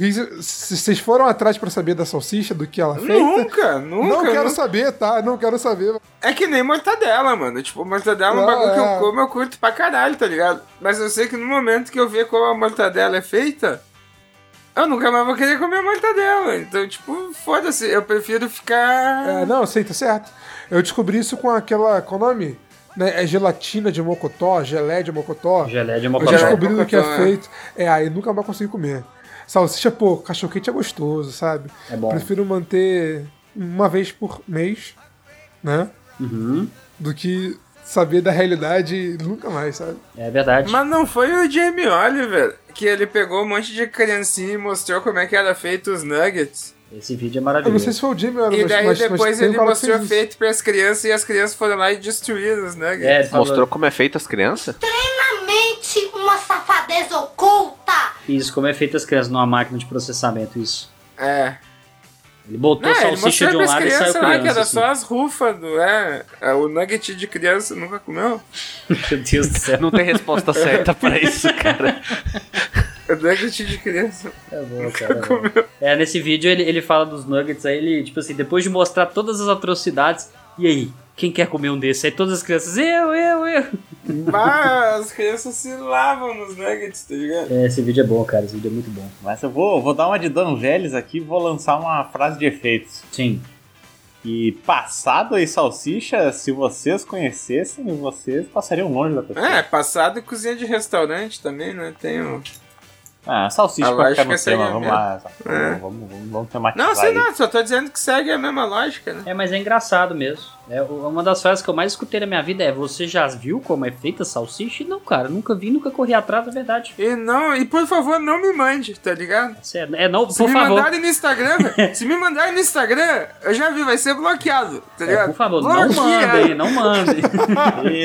Speaker 5: E se- se Vocês foram atrás pra saber da salsicha, do que ela é feita?
Speaker 2: Nunca, nunca.
Speaker 5: não quero
Speaker 2: nunca.
Speaker 5: saber, tá? Não quero saber.
Speaker 2: É que nem mortadela, mano. Tipo, mortadela é um
Speaker 5: Ah,
Speaker 2: bagulho que eu
Speaker 5: é.
Speaker 2: como, eu curto pra caralho, tá ligado? Mas eu sei que no momento que eu ver como a mortadela é feita, eu nunca mais vou querer comer mortadela. Então, tipo, foda-se. Eu prefiro ficar.
Speaker 5: É, não, sei, tá certo. Eu descobri isso com aquela. Qual o nome? Né, é gelatina de mocotó, gelé de mocotó.
Speaker 3: Gelé de
Speaker 5: Eu
Speaker 3: mocotó.
Speaker 5: já
Speaker 2: Gelé de
Speaker 5: descobri do que
Speaker 2: mocotó,
Speaker 5: é
Speaker 2: é.
Speaker 5: feito. É, aí nunca mais consigo comer. Salsicha, pô, cachorro quente é gostoso, sabe?
Speaker 3: É bom.
Speaker 5: Prefiro manter uma vez por mês, né?
Speaker 3: Uhum.
Speaker 5: Do que saber da realidade e nunca mais, sabe?
Speaker 3: É verdade.
Speaker 2: Mas não foi o Jamie Oliver que ele pegou um monte de criancinha e mostrou como é que era feito os nuggets.
Speaker 3: Esse vídeo é
Speaker 5: Eu não sei
Speaker 3: maravilhoso.
Speaker 5: se foi o Jimmy, mas,
Speaker 2: E daí
Speaker 5: mas, mas
Speaker 2: depois
Speaker 5: tem um
Speaker 2: ele
Speaker 5: cara que fez
Speaker 2: mostrou
Speaker 5: isso.
Speaker 2: feito pras crianças e as crianças foram lá e destruíram os nuggets.
Speaker 3: É, ele falou
Speaker 7: Mostrou como é feito as crianças?
Speaker 10: Extremamente uma safadeza oculta.
Speaker 3: Isso, como é feito as crianças numa máquina de processamento, isso.
Speaker 2: é.
Speaker 3: Ele botou
Speaker 2: Não, É, ele
Speaker 3: salsicha
Speaker 2: mostrou
Speaker 3: de um
Speaker 2: pras
Speaker 3: lado e saiu
Speaker 2: crianças
Speaker 3: criança.
Speaker 2: lá que era
Speaker 3: assim.
Speaker 2: só as rufas do. É, é, o nugget de criança nunca comeu?
Speaker 3: Meu Deus do céu.
Speaker 7: Não tem resposta certa pra isso, cara.
Speaker 2: O É nugget de criança.
Speaker 3: É bom, cara. é bom. É, nesse vídeo ele, ele fala dos nuggets, aí ele, tipo assim, depois de mostrar todas as atrocidades, e aí, quem quer comer um desses? Aí todas as crianças, eu, eu, eu.
Speaker 2: Mas as crianças se lavam nos nuggets, tá ligado?
Speaker 3: É, esse vídeo é bom, cara, esse vídeo é muito bom.
Speaker 4: Mas eu vou, vou dar uma de dano velhos aqui e vou lançar uma frase de efeitos.
Speaker 3: Sim.
Speaker 4: E passado e salsicha, se vocês conhecessem, vocês passariam longe da pessoa.
Speaker 2: É, passado e cozinha de restaurante também, né? Tem um.
Speaker 4: Ah, salsicha
Speaker 2: A
Speaker 4: pra ficar
Speaker 2: lógica
Speaker 4: no
Speaker 2: seria
Speaker 4: tema, vamos
Speaker 2: mesmo.
Speaker 4: lá. Vamos, vamos, vamos tematizar
Speaker 2: é. Não, sei
Speaker 4: isso.
Speaker 2: não, só tô dizendo que segue a mesma lógica, né?
Speaker 3: É, mas é engraçado mesmo. É, o- uma das frases que eu mais escutei na minha vida é: Você já viu como é feita a salsicha? E Não, cara, nunca vi, nunca corri atrás, é verdade.
Speaker 2: E não, e por favor, não me mande, tá ligado?
Speaker 3: Isso É, é não,
Speaker 2: Se
Speaker 3: por
Speaker 2: me
Speaker 3: favor.
Speaker 2: mandarem no Instagram, velho, se me mandarem no Instagram, eu já vi, vai ser bloqueado, tá
Speaker 3: É,
Speaker 2: ligado?
Speaker 3: por favor, não
Speaker 2: Bloqueado.
Speaker 3: mandem, não mandem.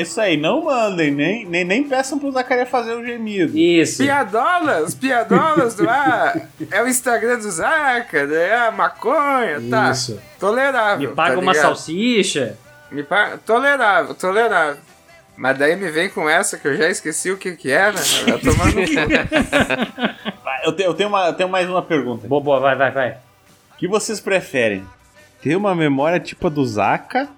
Speaker 4: Isso aí, não mandem, nem, nem, nem peçam pro Zacaria fazer um gemido.
Speaker 3: Isso.
Speaker 2: Piadolas, piadolas do ar. É o Instagram do Zaca, né? É a maconha, tá?
Speaker 3: Isso.
Speaker 2: Tolerável.
Speaker 3: Me paga
Speaker 2: tá
Speaker 3: uma
Speaker 2: ligado?
Speaker 3: salsicha.
Speaker 2: Me paga. Tolerável, tolerável. Mas daí me vem com essa que eu já esqueci o que que era. Vai tomar no cu.
Speaker 4: Ah, Eu, te- eu tenho uma, eu tenho mais uma pergunta.
Speaker 3: Boa, boa, vai, vai, vai.
Speaker 4: O que vocês preferem? Ter uma memória tipo a do Zaka?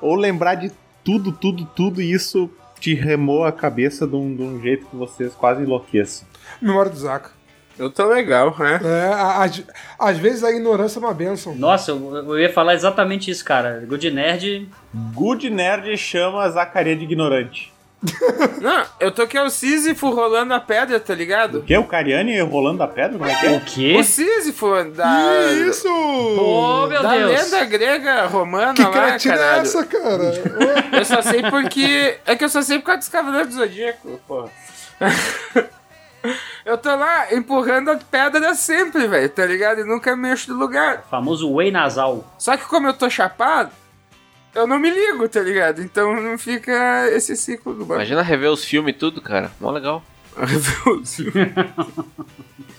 Speaker 4: Ou lembrar de tudo, tudo, tudo e isso te remou a cabeça de um, de um jeito que vocês quase enlouqueçam?
Speaker 5: Memória do Zaca.
Speaker 2: Eu tô legal, né?
Speaker 5: É, a- às- às vezes a ignorância é uma benção.
Speaker 3: Nossa, eu, eu ia falar exatamente isso, cara. Good Nerd.
Speaker 4: Good Nerd chama a Zacaria de ignorante.
Speaker 2: Não, eu tô que é o Sísifo rolando a pedra, tá ligado?
Speaker 4: Que o Cariani rolando a pedra? Como é que é?
Speaker 3: O quê?
Speaker 2: O Sísifo da.
Speaker 5: Que isso!
Speaker 3: Oh, meu
Speaker 2: da
Speaker 3: Deus.
Speaker 2: lenda grega romana
Speaker 5: que
Speaker 2: lá,
Speaker 5: cretina é
Speaker 2: caralho.
Speaker 5: essa, cara?
Speaker 2: Eu só sei porque. É que eu só sei por causa dos Cavaleiros do Zodíaco, porra. Eu tô lá empurrando a pedra sempre, velho, tá ligado? E nunca mexo do lugar.
Speaker 3: Famoso Whey nasal.
Speaker 2: Só que como eu tô chapado, eu não me ligo, tá ligado? Então não fica esse ciclo do bagulho.
Speaker 7: Imagina rever os filmes e tudo, cara. Mó legal.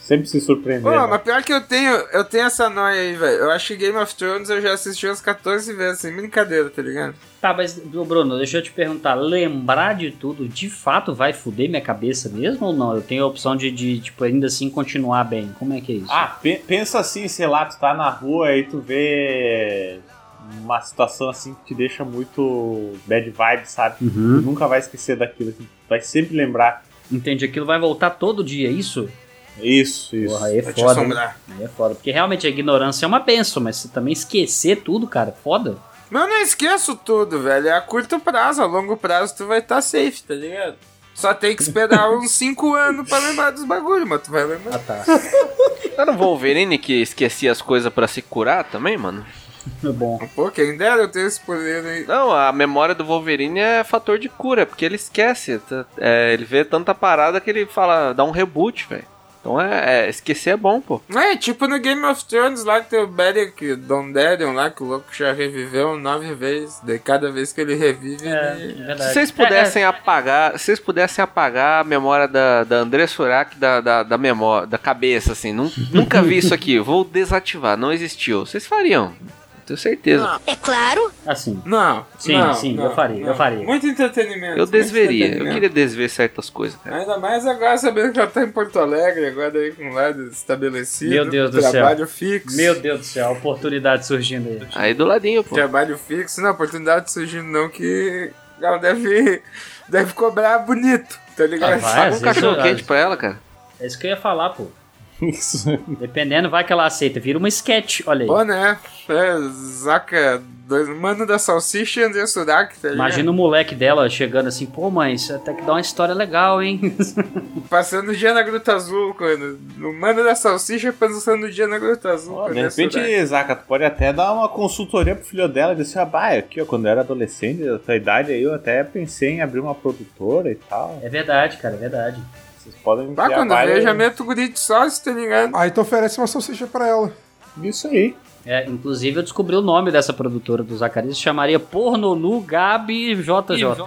Speaker 4: Sempre se surpreender.
Speaker 2: Pô,
Speaker 4: né?
Speaker 2: mas pior que eu tenho, eu tenho essa noia aí, velho. Eu acho que Game of Thrones eu já assisti umas 14 vezes, sem brincadeira, tá ligado?
Speaker 3: Tá, mas, ô, Bruno, deixa eu te perguntar. Lembrar de tudo, de fato, vai fuder minha cabeça mesmo ou não? Eu tenho a opção de, de, tipo, ainda assim continuar bem. Como é que é isso?
Speaker 4: Ah, pe- pensa assim, sei lá, tu tá na rua e tu vê uma situação assim que te deixa muito bad vibe, sabe? Tu
Speaker 3: Uhum.
Speaker 4: nunca vai esquecer daquilo, assim, tu vai sempre lembrar.
Speaker 3: Entendi. Aquilo vai voltar todo dia, é isso?
Speaker 4: Isso, isso.
Speaker 3: Porra, aí é
Speaker 2: Pra te
Speaker 3: foda. hein?
Speaker 2: assombrar.
Speaker 3: Aí é foda. Porque realmente a ignorância é uma benção, mas você também esquecer tudo, cara, é foda.
Speaker 2: Mas eu não esqueço tudo, velho. É a curto prazo, a longo prazo tu vai estar safe, tá ligado? Só tem que esperar uns 5 anos pra lembrar dos bagulhos, mas tu vai lembrar.
Speaker 7: Eu não vou Wolverine que esquecia as coisas pra se curar também, mano?
Speaker 3: É bom.
Speaker 2: Pô, quem dera eu ter esse poder aí.
Speaker 7: Não, a memória do Wolverine é fator de cura, porque ele esquece. tá- é, ele vê tanta parada que ele fala, dá um reboot, velho. Então é, é, esquecer é bom, pô.
Speaker 2: Não É, tipo no Game of Thrones lá que tem o Beric Dondarrion lá, que o louco já reviveu nove vezes. De cada vez que ele revive,
Speaker 3: É.
Speaker 2: ele...
Speaker 7: Se vocês pudessem apagar, se vocês pudessem apagar a memória da, da André Surak da, da, da memória, da cabeça, assim, nun- nunca vi isso aqui, vou desativar, não existiu. Vocês fariam, tenho certeza.
Speaker 2: Não.
Speaker 10: É claro,
Speaker 3: É, assim.
Speaker 2: Não,
Speaker 3: Sim,
Speaker 2: não,
Speaker 3: sim,
Speaker 2: não,
Speaker 3: eu faria, eu
Speaker 2: não.
Speaker 3: faria.
Speaker 2: Muito entretenimento.
Speaker 7: eu
Speaker 2: muito
Speaker 7: desveria, eu
Speaker 2: entretenimento.
Speaker 7: queria desver certas coisas, cara.
Speaker 2: Ainda mais agora sabendo que ela tá em Porto Alegre, agora aí com um lado estabelecido. um
Speaker 3: Meu Deus do céu.
Speaker 2: Trabalho fixo.
Speaker 3: Meu Deus do céu, oportunidade surgindo aí.
Speaker 7: Aí do ladinho, pô.
Speaker 2: Trabalho fixo, não, oportunidade surgindo não que ela deve, deve cobrar bonito, tá ligado?
Speaker 3: Ah, vai.
Speaker 7: Paga um
Speaker 3: às vezes eu-
Speaker 7: cachorro quente pra ela, cara.
Speaker 3: É isso que eu ia falar, pô.
Speaker 4: Isso.
Speaker 3: Dependendo, vai que ela aceita. Vira uma sketch, olha aí.
Speaker 2: Pô, né? É, zaca, dois- mano da salsicha e André Surak, tá ligado?
Speaker 3: Imagina o moleque dela chegando assim, pô, mãe, isso até que dá uma história legal, hein?
Speaker 2: Passando o dia na Gruta Azul, quando. O mano da salsicha passando o dia na Gruta Azul. com
Speaker 4: De
Speaker 2: André Surak.
Speaker 4: repente, Zaca, tu pode até dar uma consultoria pro filho dela e dizer, ah, bah, aqui, ó, quando eu era adolescente, da tua idade aí, eu até pensei em abrir uma produtora e tal.
Speaker 3: É verdade, cara, é verdade.
Speaker 4: Vocês podem me
Speaker 2: Bah,
Speaker 4: criar
Speaker 2: quando
Speaker 4: várias-
Speaker 2: eu
Speaker 3: um
Speaker 2: já meto o guri de sócio, tá ligado?
Speaker 5: Aí tu oferece uma salsicha pra ela.
Speaker 4: Isso aí.
Speaker 3: É, inclusive eu descobri o nome dessa produtora do Zacarias, se chamaria Pornonu Gabi JJ.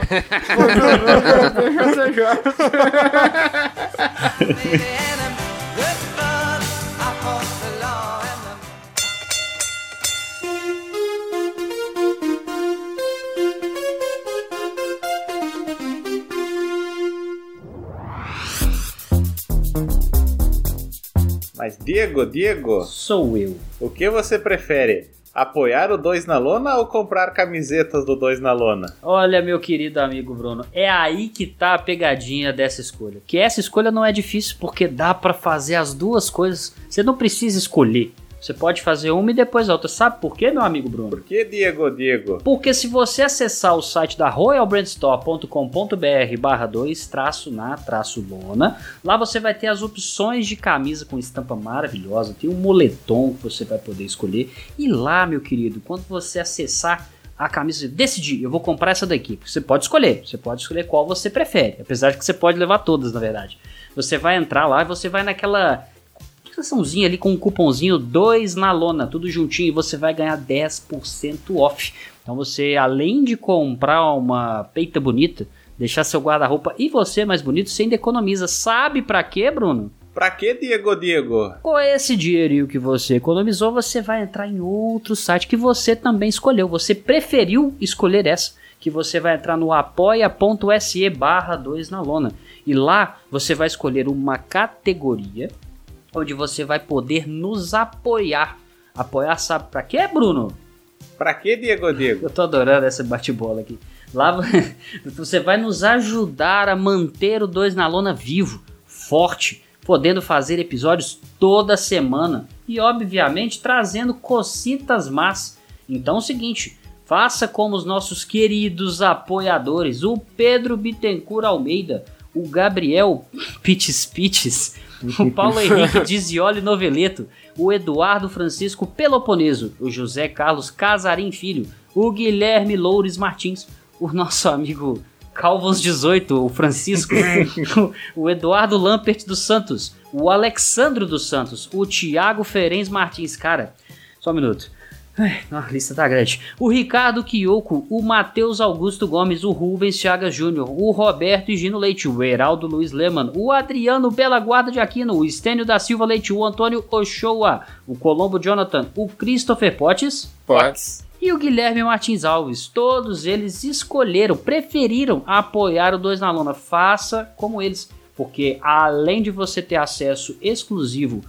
Speaker 4: Mas, Diego, Diego,
Speaker 3: Sou eu.
Speaker 4: o que você prefere? Apoiar o Dois na Lona ou comprar camisetas do Dois na Lona?
Speaker 3: Olha, meu querido amigo Bruno, é aí que tá a pegadinha dessa escolha. Que essa escolha não é difícil, porque dá pra fazer as duas coisas. Você não precisa escolher. Você pode fazer uma e depois a outra. Sabe por quê, meu amigo Bruno?
Speaker 4: Por que, Diego, Diego?
Speaker 3: Porque se você acessar o site da royalbrandstore.com.br barra 2 traço na traço lona, lá você vai ter as opções de camisa com estampa maravilhosa, tem um moletom que você vai poder escolher. E lá, meu querido, quando você acessar a camisa, decidir, eu vou comprar essa daqui. Você pode escolher, você pode escolher qual você prefere, apesar de que você pode levar todas, na verdade. Você vai entrar lá e você vai naquela aplicaçãozinha ali com um cupomzinho 2 na lona, tudo juntinho, e você vai ganhar 10% off. Então você, além de comprar uma peita bonita, deixar seu guarda-roupa e você mais bonito, você ainda economiza. Sabe pra quê, Bruno?
Speaker 4: Pra que, Diego, Diego?
Speaker 3: Com esse dinheirinho que você economizou, você vai entrar em outro site que você também escolheu. Você preferiu escolher essa, que você vai entrar no apoia.se barra 2 na lona. E lá você vai escolher uma categoria onde você vai poder nos apoiar. Apoiar sabe pra quê, Bruno?
Speaker 4: Pra que, Diego, Diego?
Speaker 3: Eu tô adorando essa bate-bola aqui. Lá v- você vai nos ajudar a manter o 2 na lona vivo, forte, podendo fazer episódios toda semana e, obviamente, trazendo cocitas más. Então é o seguinte, faça como os nossos queridos apoiadores, o Pedro Bittencourt Almeida, o Gabriel Pites Pites, o Paulo Henrique Dizioli Noveleto, o Eduardo Francisco Peloponeso, o José Carlos Casarim Filho, o Guilherme Loures Martins, o nosso amigo Calvos 18, o Francisco, o Eduardo Lampert dos Santos, o Alexandro dos Santos, o Tiago Ferenz Martins, cara, só um minuto. Ai, não, a lista tá grande. O Ricardo Quioco, o Matheus Augusto Gomes, o Rubens Chagas Júnior, o Roberto e Gino Leite, o Heraldo Luiz Leman, o Adriano Bela Guarda de Aquino, o Estênio da Silva Leite, o Antônio Ochoa, o Colombo Jonathan, o Christopher Potts,
Speaker 2: Pots.
Speaker 3: e o Guilherme Martins Alves. Todos eles escolheram, preferiram apoiar o 2 na Lona. Faça como eles, porque além de você ter acesso exclusivo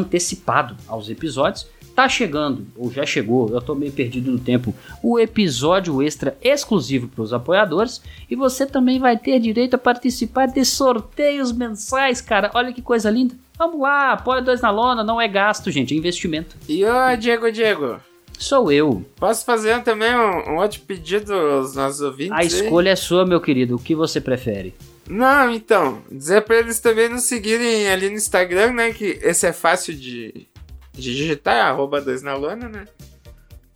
Speaker 3: antecipado aos episódios, tá chegando, ou já chegou, eu tô meio perdido no tempo, o episódio extra exclusivo para os apoiadores e você também vai ter direito a participar de sorteios mensais, cara. Olha que coisa linda. Vamos lá, apoia o 2 na lona, não é gasto, gente, é investimento.
Speaker 2: E ô, Diego, Diego,
Speaker 3: Sou eu.
Speaker 2: posso fazer também um, um outro pedido aos nossos ouvintes?
Speaker 3: A
Speaker 2: aí?
Speaker 3: escolha é sua, meu querido. O que você prefere?
Speaker 2: Não, então, dizer pra eles também nos seguirem ali no Instagram, né? Que esse é fácil de, de digitar, arroba 2 na lona, né?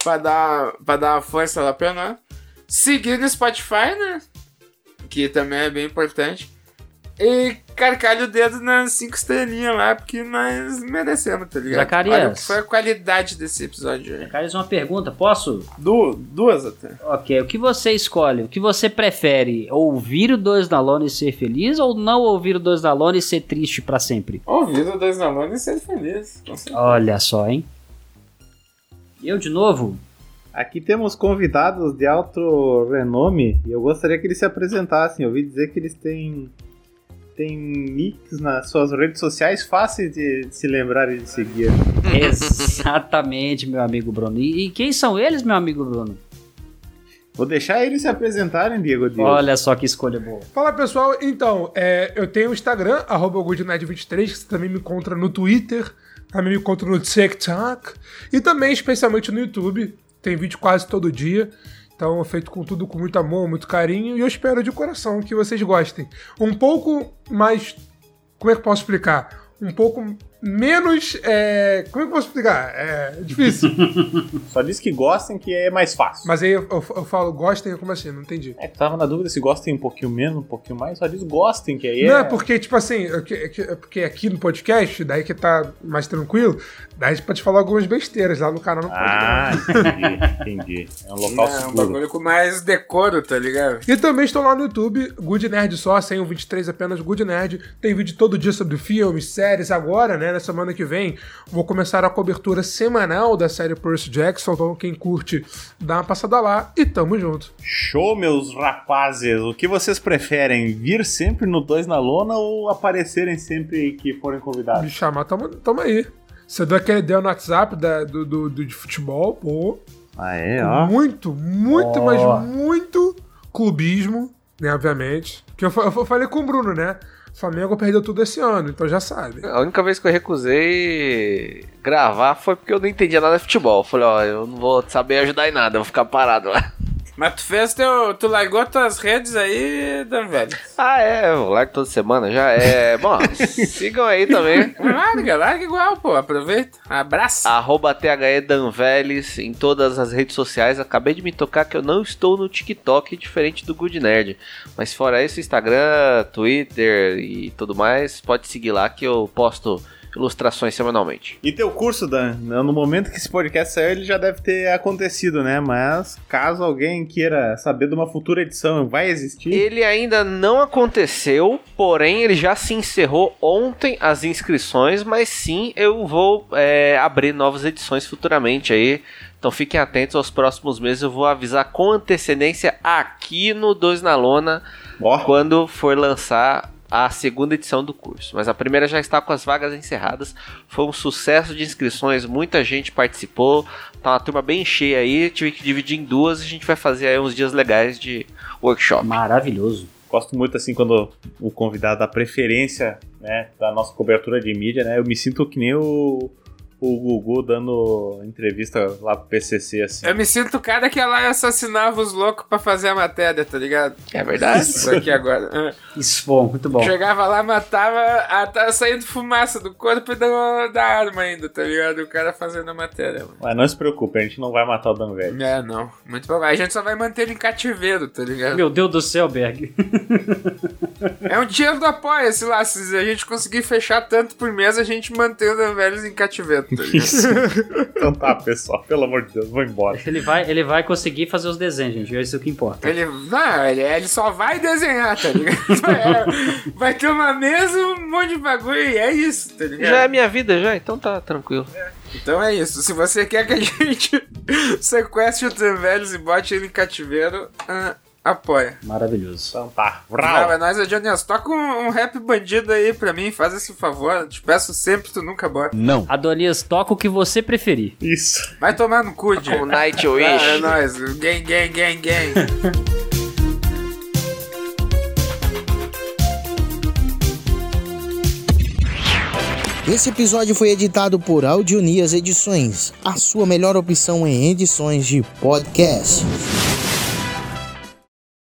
Speaker 2: Pra dar, pra dar uma força lá pra nós. Seguir no Spotify, né? Que também é bem importante. E carcalho o dedo nas cinco estrelinhas lá, porque nós merecemos, tá ligado?
Speaker 3: Zacarias.
Speaker 2: Olha o que foi a qualidade desse episódio aí.
Speaker 3: Cara, isso é uma pergunta, posso?
Speaker 2: Du- duas até.
Speaker 3: Ok, o que você escolhe? O que você prefere? Ouvir o Dois na Lona e ser feliz ou não ouvir o Dois na Lona e ser triste pra sempre?
Speaker 2: Ouvindo dois na lona e sendo feliz. com certeza.
Speaker 3: Olha só, hein? Eu de novo?
Speaker 4: Aqui temos convidados de alto renome e eu gostaria que eles se apresentassem. Eu ouvi dizer que eles têm, têm nicks nas suas redes sociais fáceis de se lembrar e de seguir.
Speaker 3: Exatamente, meu amigo Bruno. E, e quem são eles, meu amigo Bruno?
Speaker 4: Vou deixar eles se apresentarem, Diego. Diego.
Speaker 3: Olha só que escolha boa.
Speaker 5: Fala pessoal, então, é, eu tenho o Instagram, arroba goodnight23, que você também me encontra no Twitter, também me encontra no TikTok, e também especialmente no YouTube, tem vídeo quase todo dia. Então, é feito com tudo com muito amor, muito carinho, e eu espero de coração que vocês gostem. Um pouco mais. Como é que eu posso explicar? Um pouco menos. é, Como é que eu posso explicar? É difícil.
Speaker 4: Só diz que gostem que é mais fácil.
Speaker 5: Mas aí eu, eu- eu falo, gostem, como assim? Não entendi.
Speaker 4: É que tava na dúvida se gostem um pouquinho menos, um pouquinho mais. Só diz gostem que aí
Speaker 5: Não,
Speaker 4: é...
Speaker 5: é porque, tipo assim, eu que- é que- é porque aqui no podcast, daí que tá mais tranquilo, daí a gente pode falar algumas besteiras lá no canal. não pode,
Speaker 4: Ah, entendi, entendi. É um local
Speaker 2: É um
Speaker 4: seguro.
Speaker 2: bagulho com mais decoro, tá ligado?
Speaker 5: E também estou lá no YouTube, Good Nerd só, sem o 23 apenas Good Nerd. Tem vídeo todo dia sobre filmes, séries. Agora, né, na semana que vem, vou começar a cobertura semanal da série Percy Jackson. Então, quem curte, dá uma passada lá e tamo junto.
Speaker 4: Show, meus rapazes! O que vocês preferem? Vir sempre no Dois na Lona ou aparecerem sempre que forem
Speaker 5: Me
Speaker 4: convidados?
Speaker 5: chamar, tamo, tamo aí. Você deu aquele ideia no WhatsApp da- do, do, do- de futebol, pô.
Speaker 4: Ah, é,
Speaker 5: Com
Speaker 4: ó.
Speaker 5: Muito, muito,
Speaker 4: Ó.
Speaker 5: mas muito clubismo, né, obviamente. Que eu, fa- eu falei com o Bruno, né? Flamengo perdeu tudo esse ano, então já sabe.
Speaker 7: A única vez que eu recusei gravar foi porque eu não entendia nada de futebol. Eu Falei, ó, eu não vou saber ajudar em nada, eu vou ficar parado lá.
Speaker 2: Mas tu fez teu. Tu largou tuas redes aí, Dan velho.
Speaker 7: Ah, é, eu largo toda semana já. É, bom, sigam aí também.
Speaker 2: Larga, larga igual, pô. Aproveita. Abraço.
Speaker 7: Arroba THE Danveles em todas as redes sociais. Acabei de me tocar que eu não estou no TikTok, diferente do Good Nerd. Mas fora isso, Instagram, Twitter e tudo mais, pode seguir lá que eu posto ilustrações semanalmente.
Speaker 4: E teu curso, Dan? No momento que esse podcast sair, ele já deve ter acontecido, né? Mas caso alguém queira saber de uma futura edição, vai existir?
Speaker 7: Ele ainda não aconteceu, porém ele já se encerrou ontem as inscrições, mas sim eu vou é, abrir novas edições futuramente aí. Então fiquem atentos aos próximos meses, eu vou avisar com antecedência aqui no 2 na Lona
Speaker 4: Ó,
Speaker 7: quando for lançar a segunda edição do curso. Mas a primeira já está com as vagas encerradas. Foi um sucesso de inscrições, muita gente participou. Tá uma turma bem cheia aí, tive que dividir em duas. A gente vai fazer aí uns dias legais de workshop.
Speaker 3: Maravilhoso.
Speaker 4: gosto muito assim quando o convidado dá preferência, né, da nossa cobertura de mídia, né? Eu me sinto que nem o, o Gugu dando entrevista lá pro PCC, assim.
Speaker 2: Eu me sinto o cara que ia lá e assassinava os loucos pra fazer a matéria, tá ligado?
Speaker 7: É verdade?
Speaker 2: Isso aqui agora. É.
Speaker 3: Isso, bom, muito bom.
Speaker 2: Chegava lá, matava, ah, tava saindo fumaça do corpo e da, da arma ainda, tá ligado? O cara fazendo a matéria, mano.
Speaker 4: Mas não se preocupe, a gente não vai matar o Dan Velho.
Speaker 2: É, não. Muito bom. A gente só vai manter ele em cativeiro, tá ligado?
Speaker 3: Meu Deus do céu, Berg.
Speaker 2: É um dinheiro do apoia-se lá. Se a gente conseguir fechar tanto por mês, a gente mantém o Dan Velhos em cativeiro, tá ligado?
Speaker 4: Então tá, pessoal, pelo amor de Deus, vou embora.
Speaker 3: Ele vai, ele vai conseguir fazer os desenhos, gente. É isso que importa.
Speaker 2: Ele, não, ele, ele só vai desenhar, tá ligado? É, vai ter uma mesa, um monte de bagulho e é isso, tá ligado?
Speaker 7: Já é minha vida, já, então tá tranquilo.
Speaker 2: Então é isso. Se você quer que a gente sequestre o Dan Velhos e bote ele em cativeiro, ah, apoia.
Speaker 3: Maravilhoso.
Speaker 4: Então tá,
Speaker 2: Ah,
Speaker 4: vrau.
Speaker 2: mas nós é Johnny, toca um, um rap bandido aí pra mim, faz esse favor. Te peço sempre, tu nunca bota.
Speaker 9: Não.
Speaker 3: Adonias, toca o que você preferir.
Speaker 4: é- Isso.
Speaker 2: Vai tomar no cu, Jay.
Speaker 7: Tá Com
Speaker 2: Ah, é
Speaker 7: Nightwish.
Speaker 2: nóis. Gang, gang, gang, gang.
Speaker 11: Esse episódio foi editado por Audionias Edições, a sua melhor opção em edições de é podcast.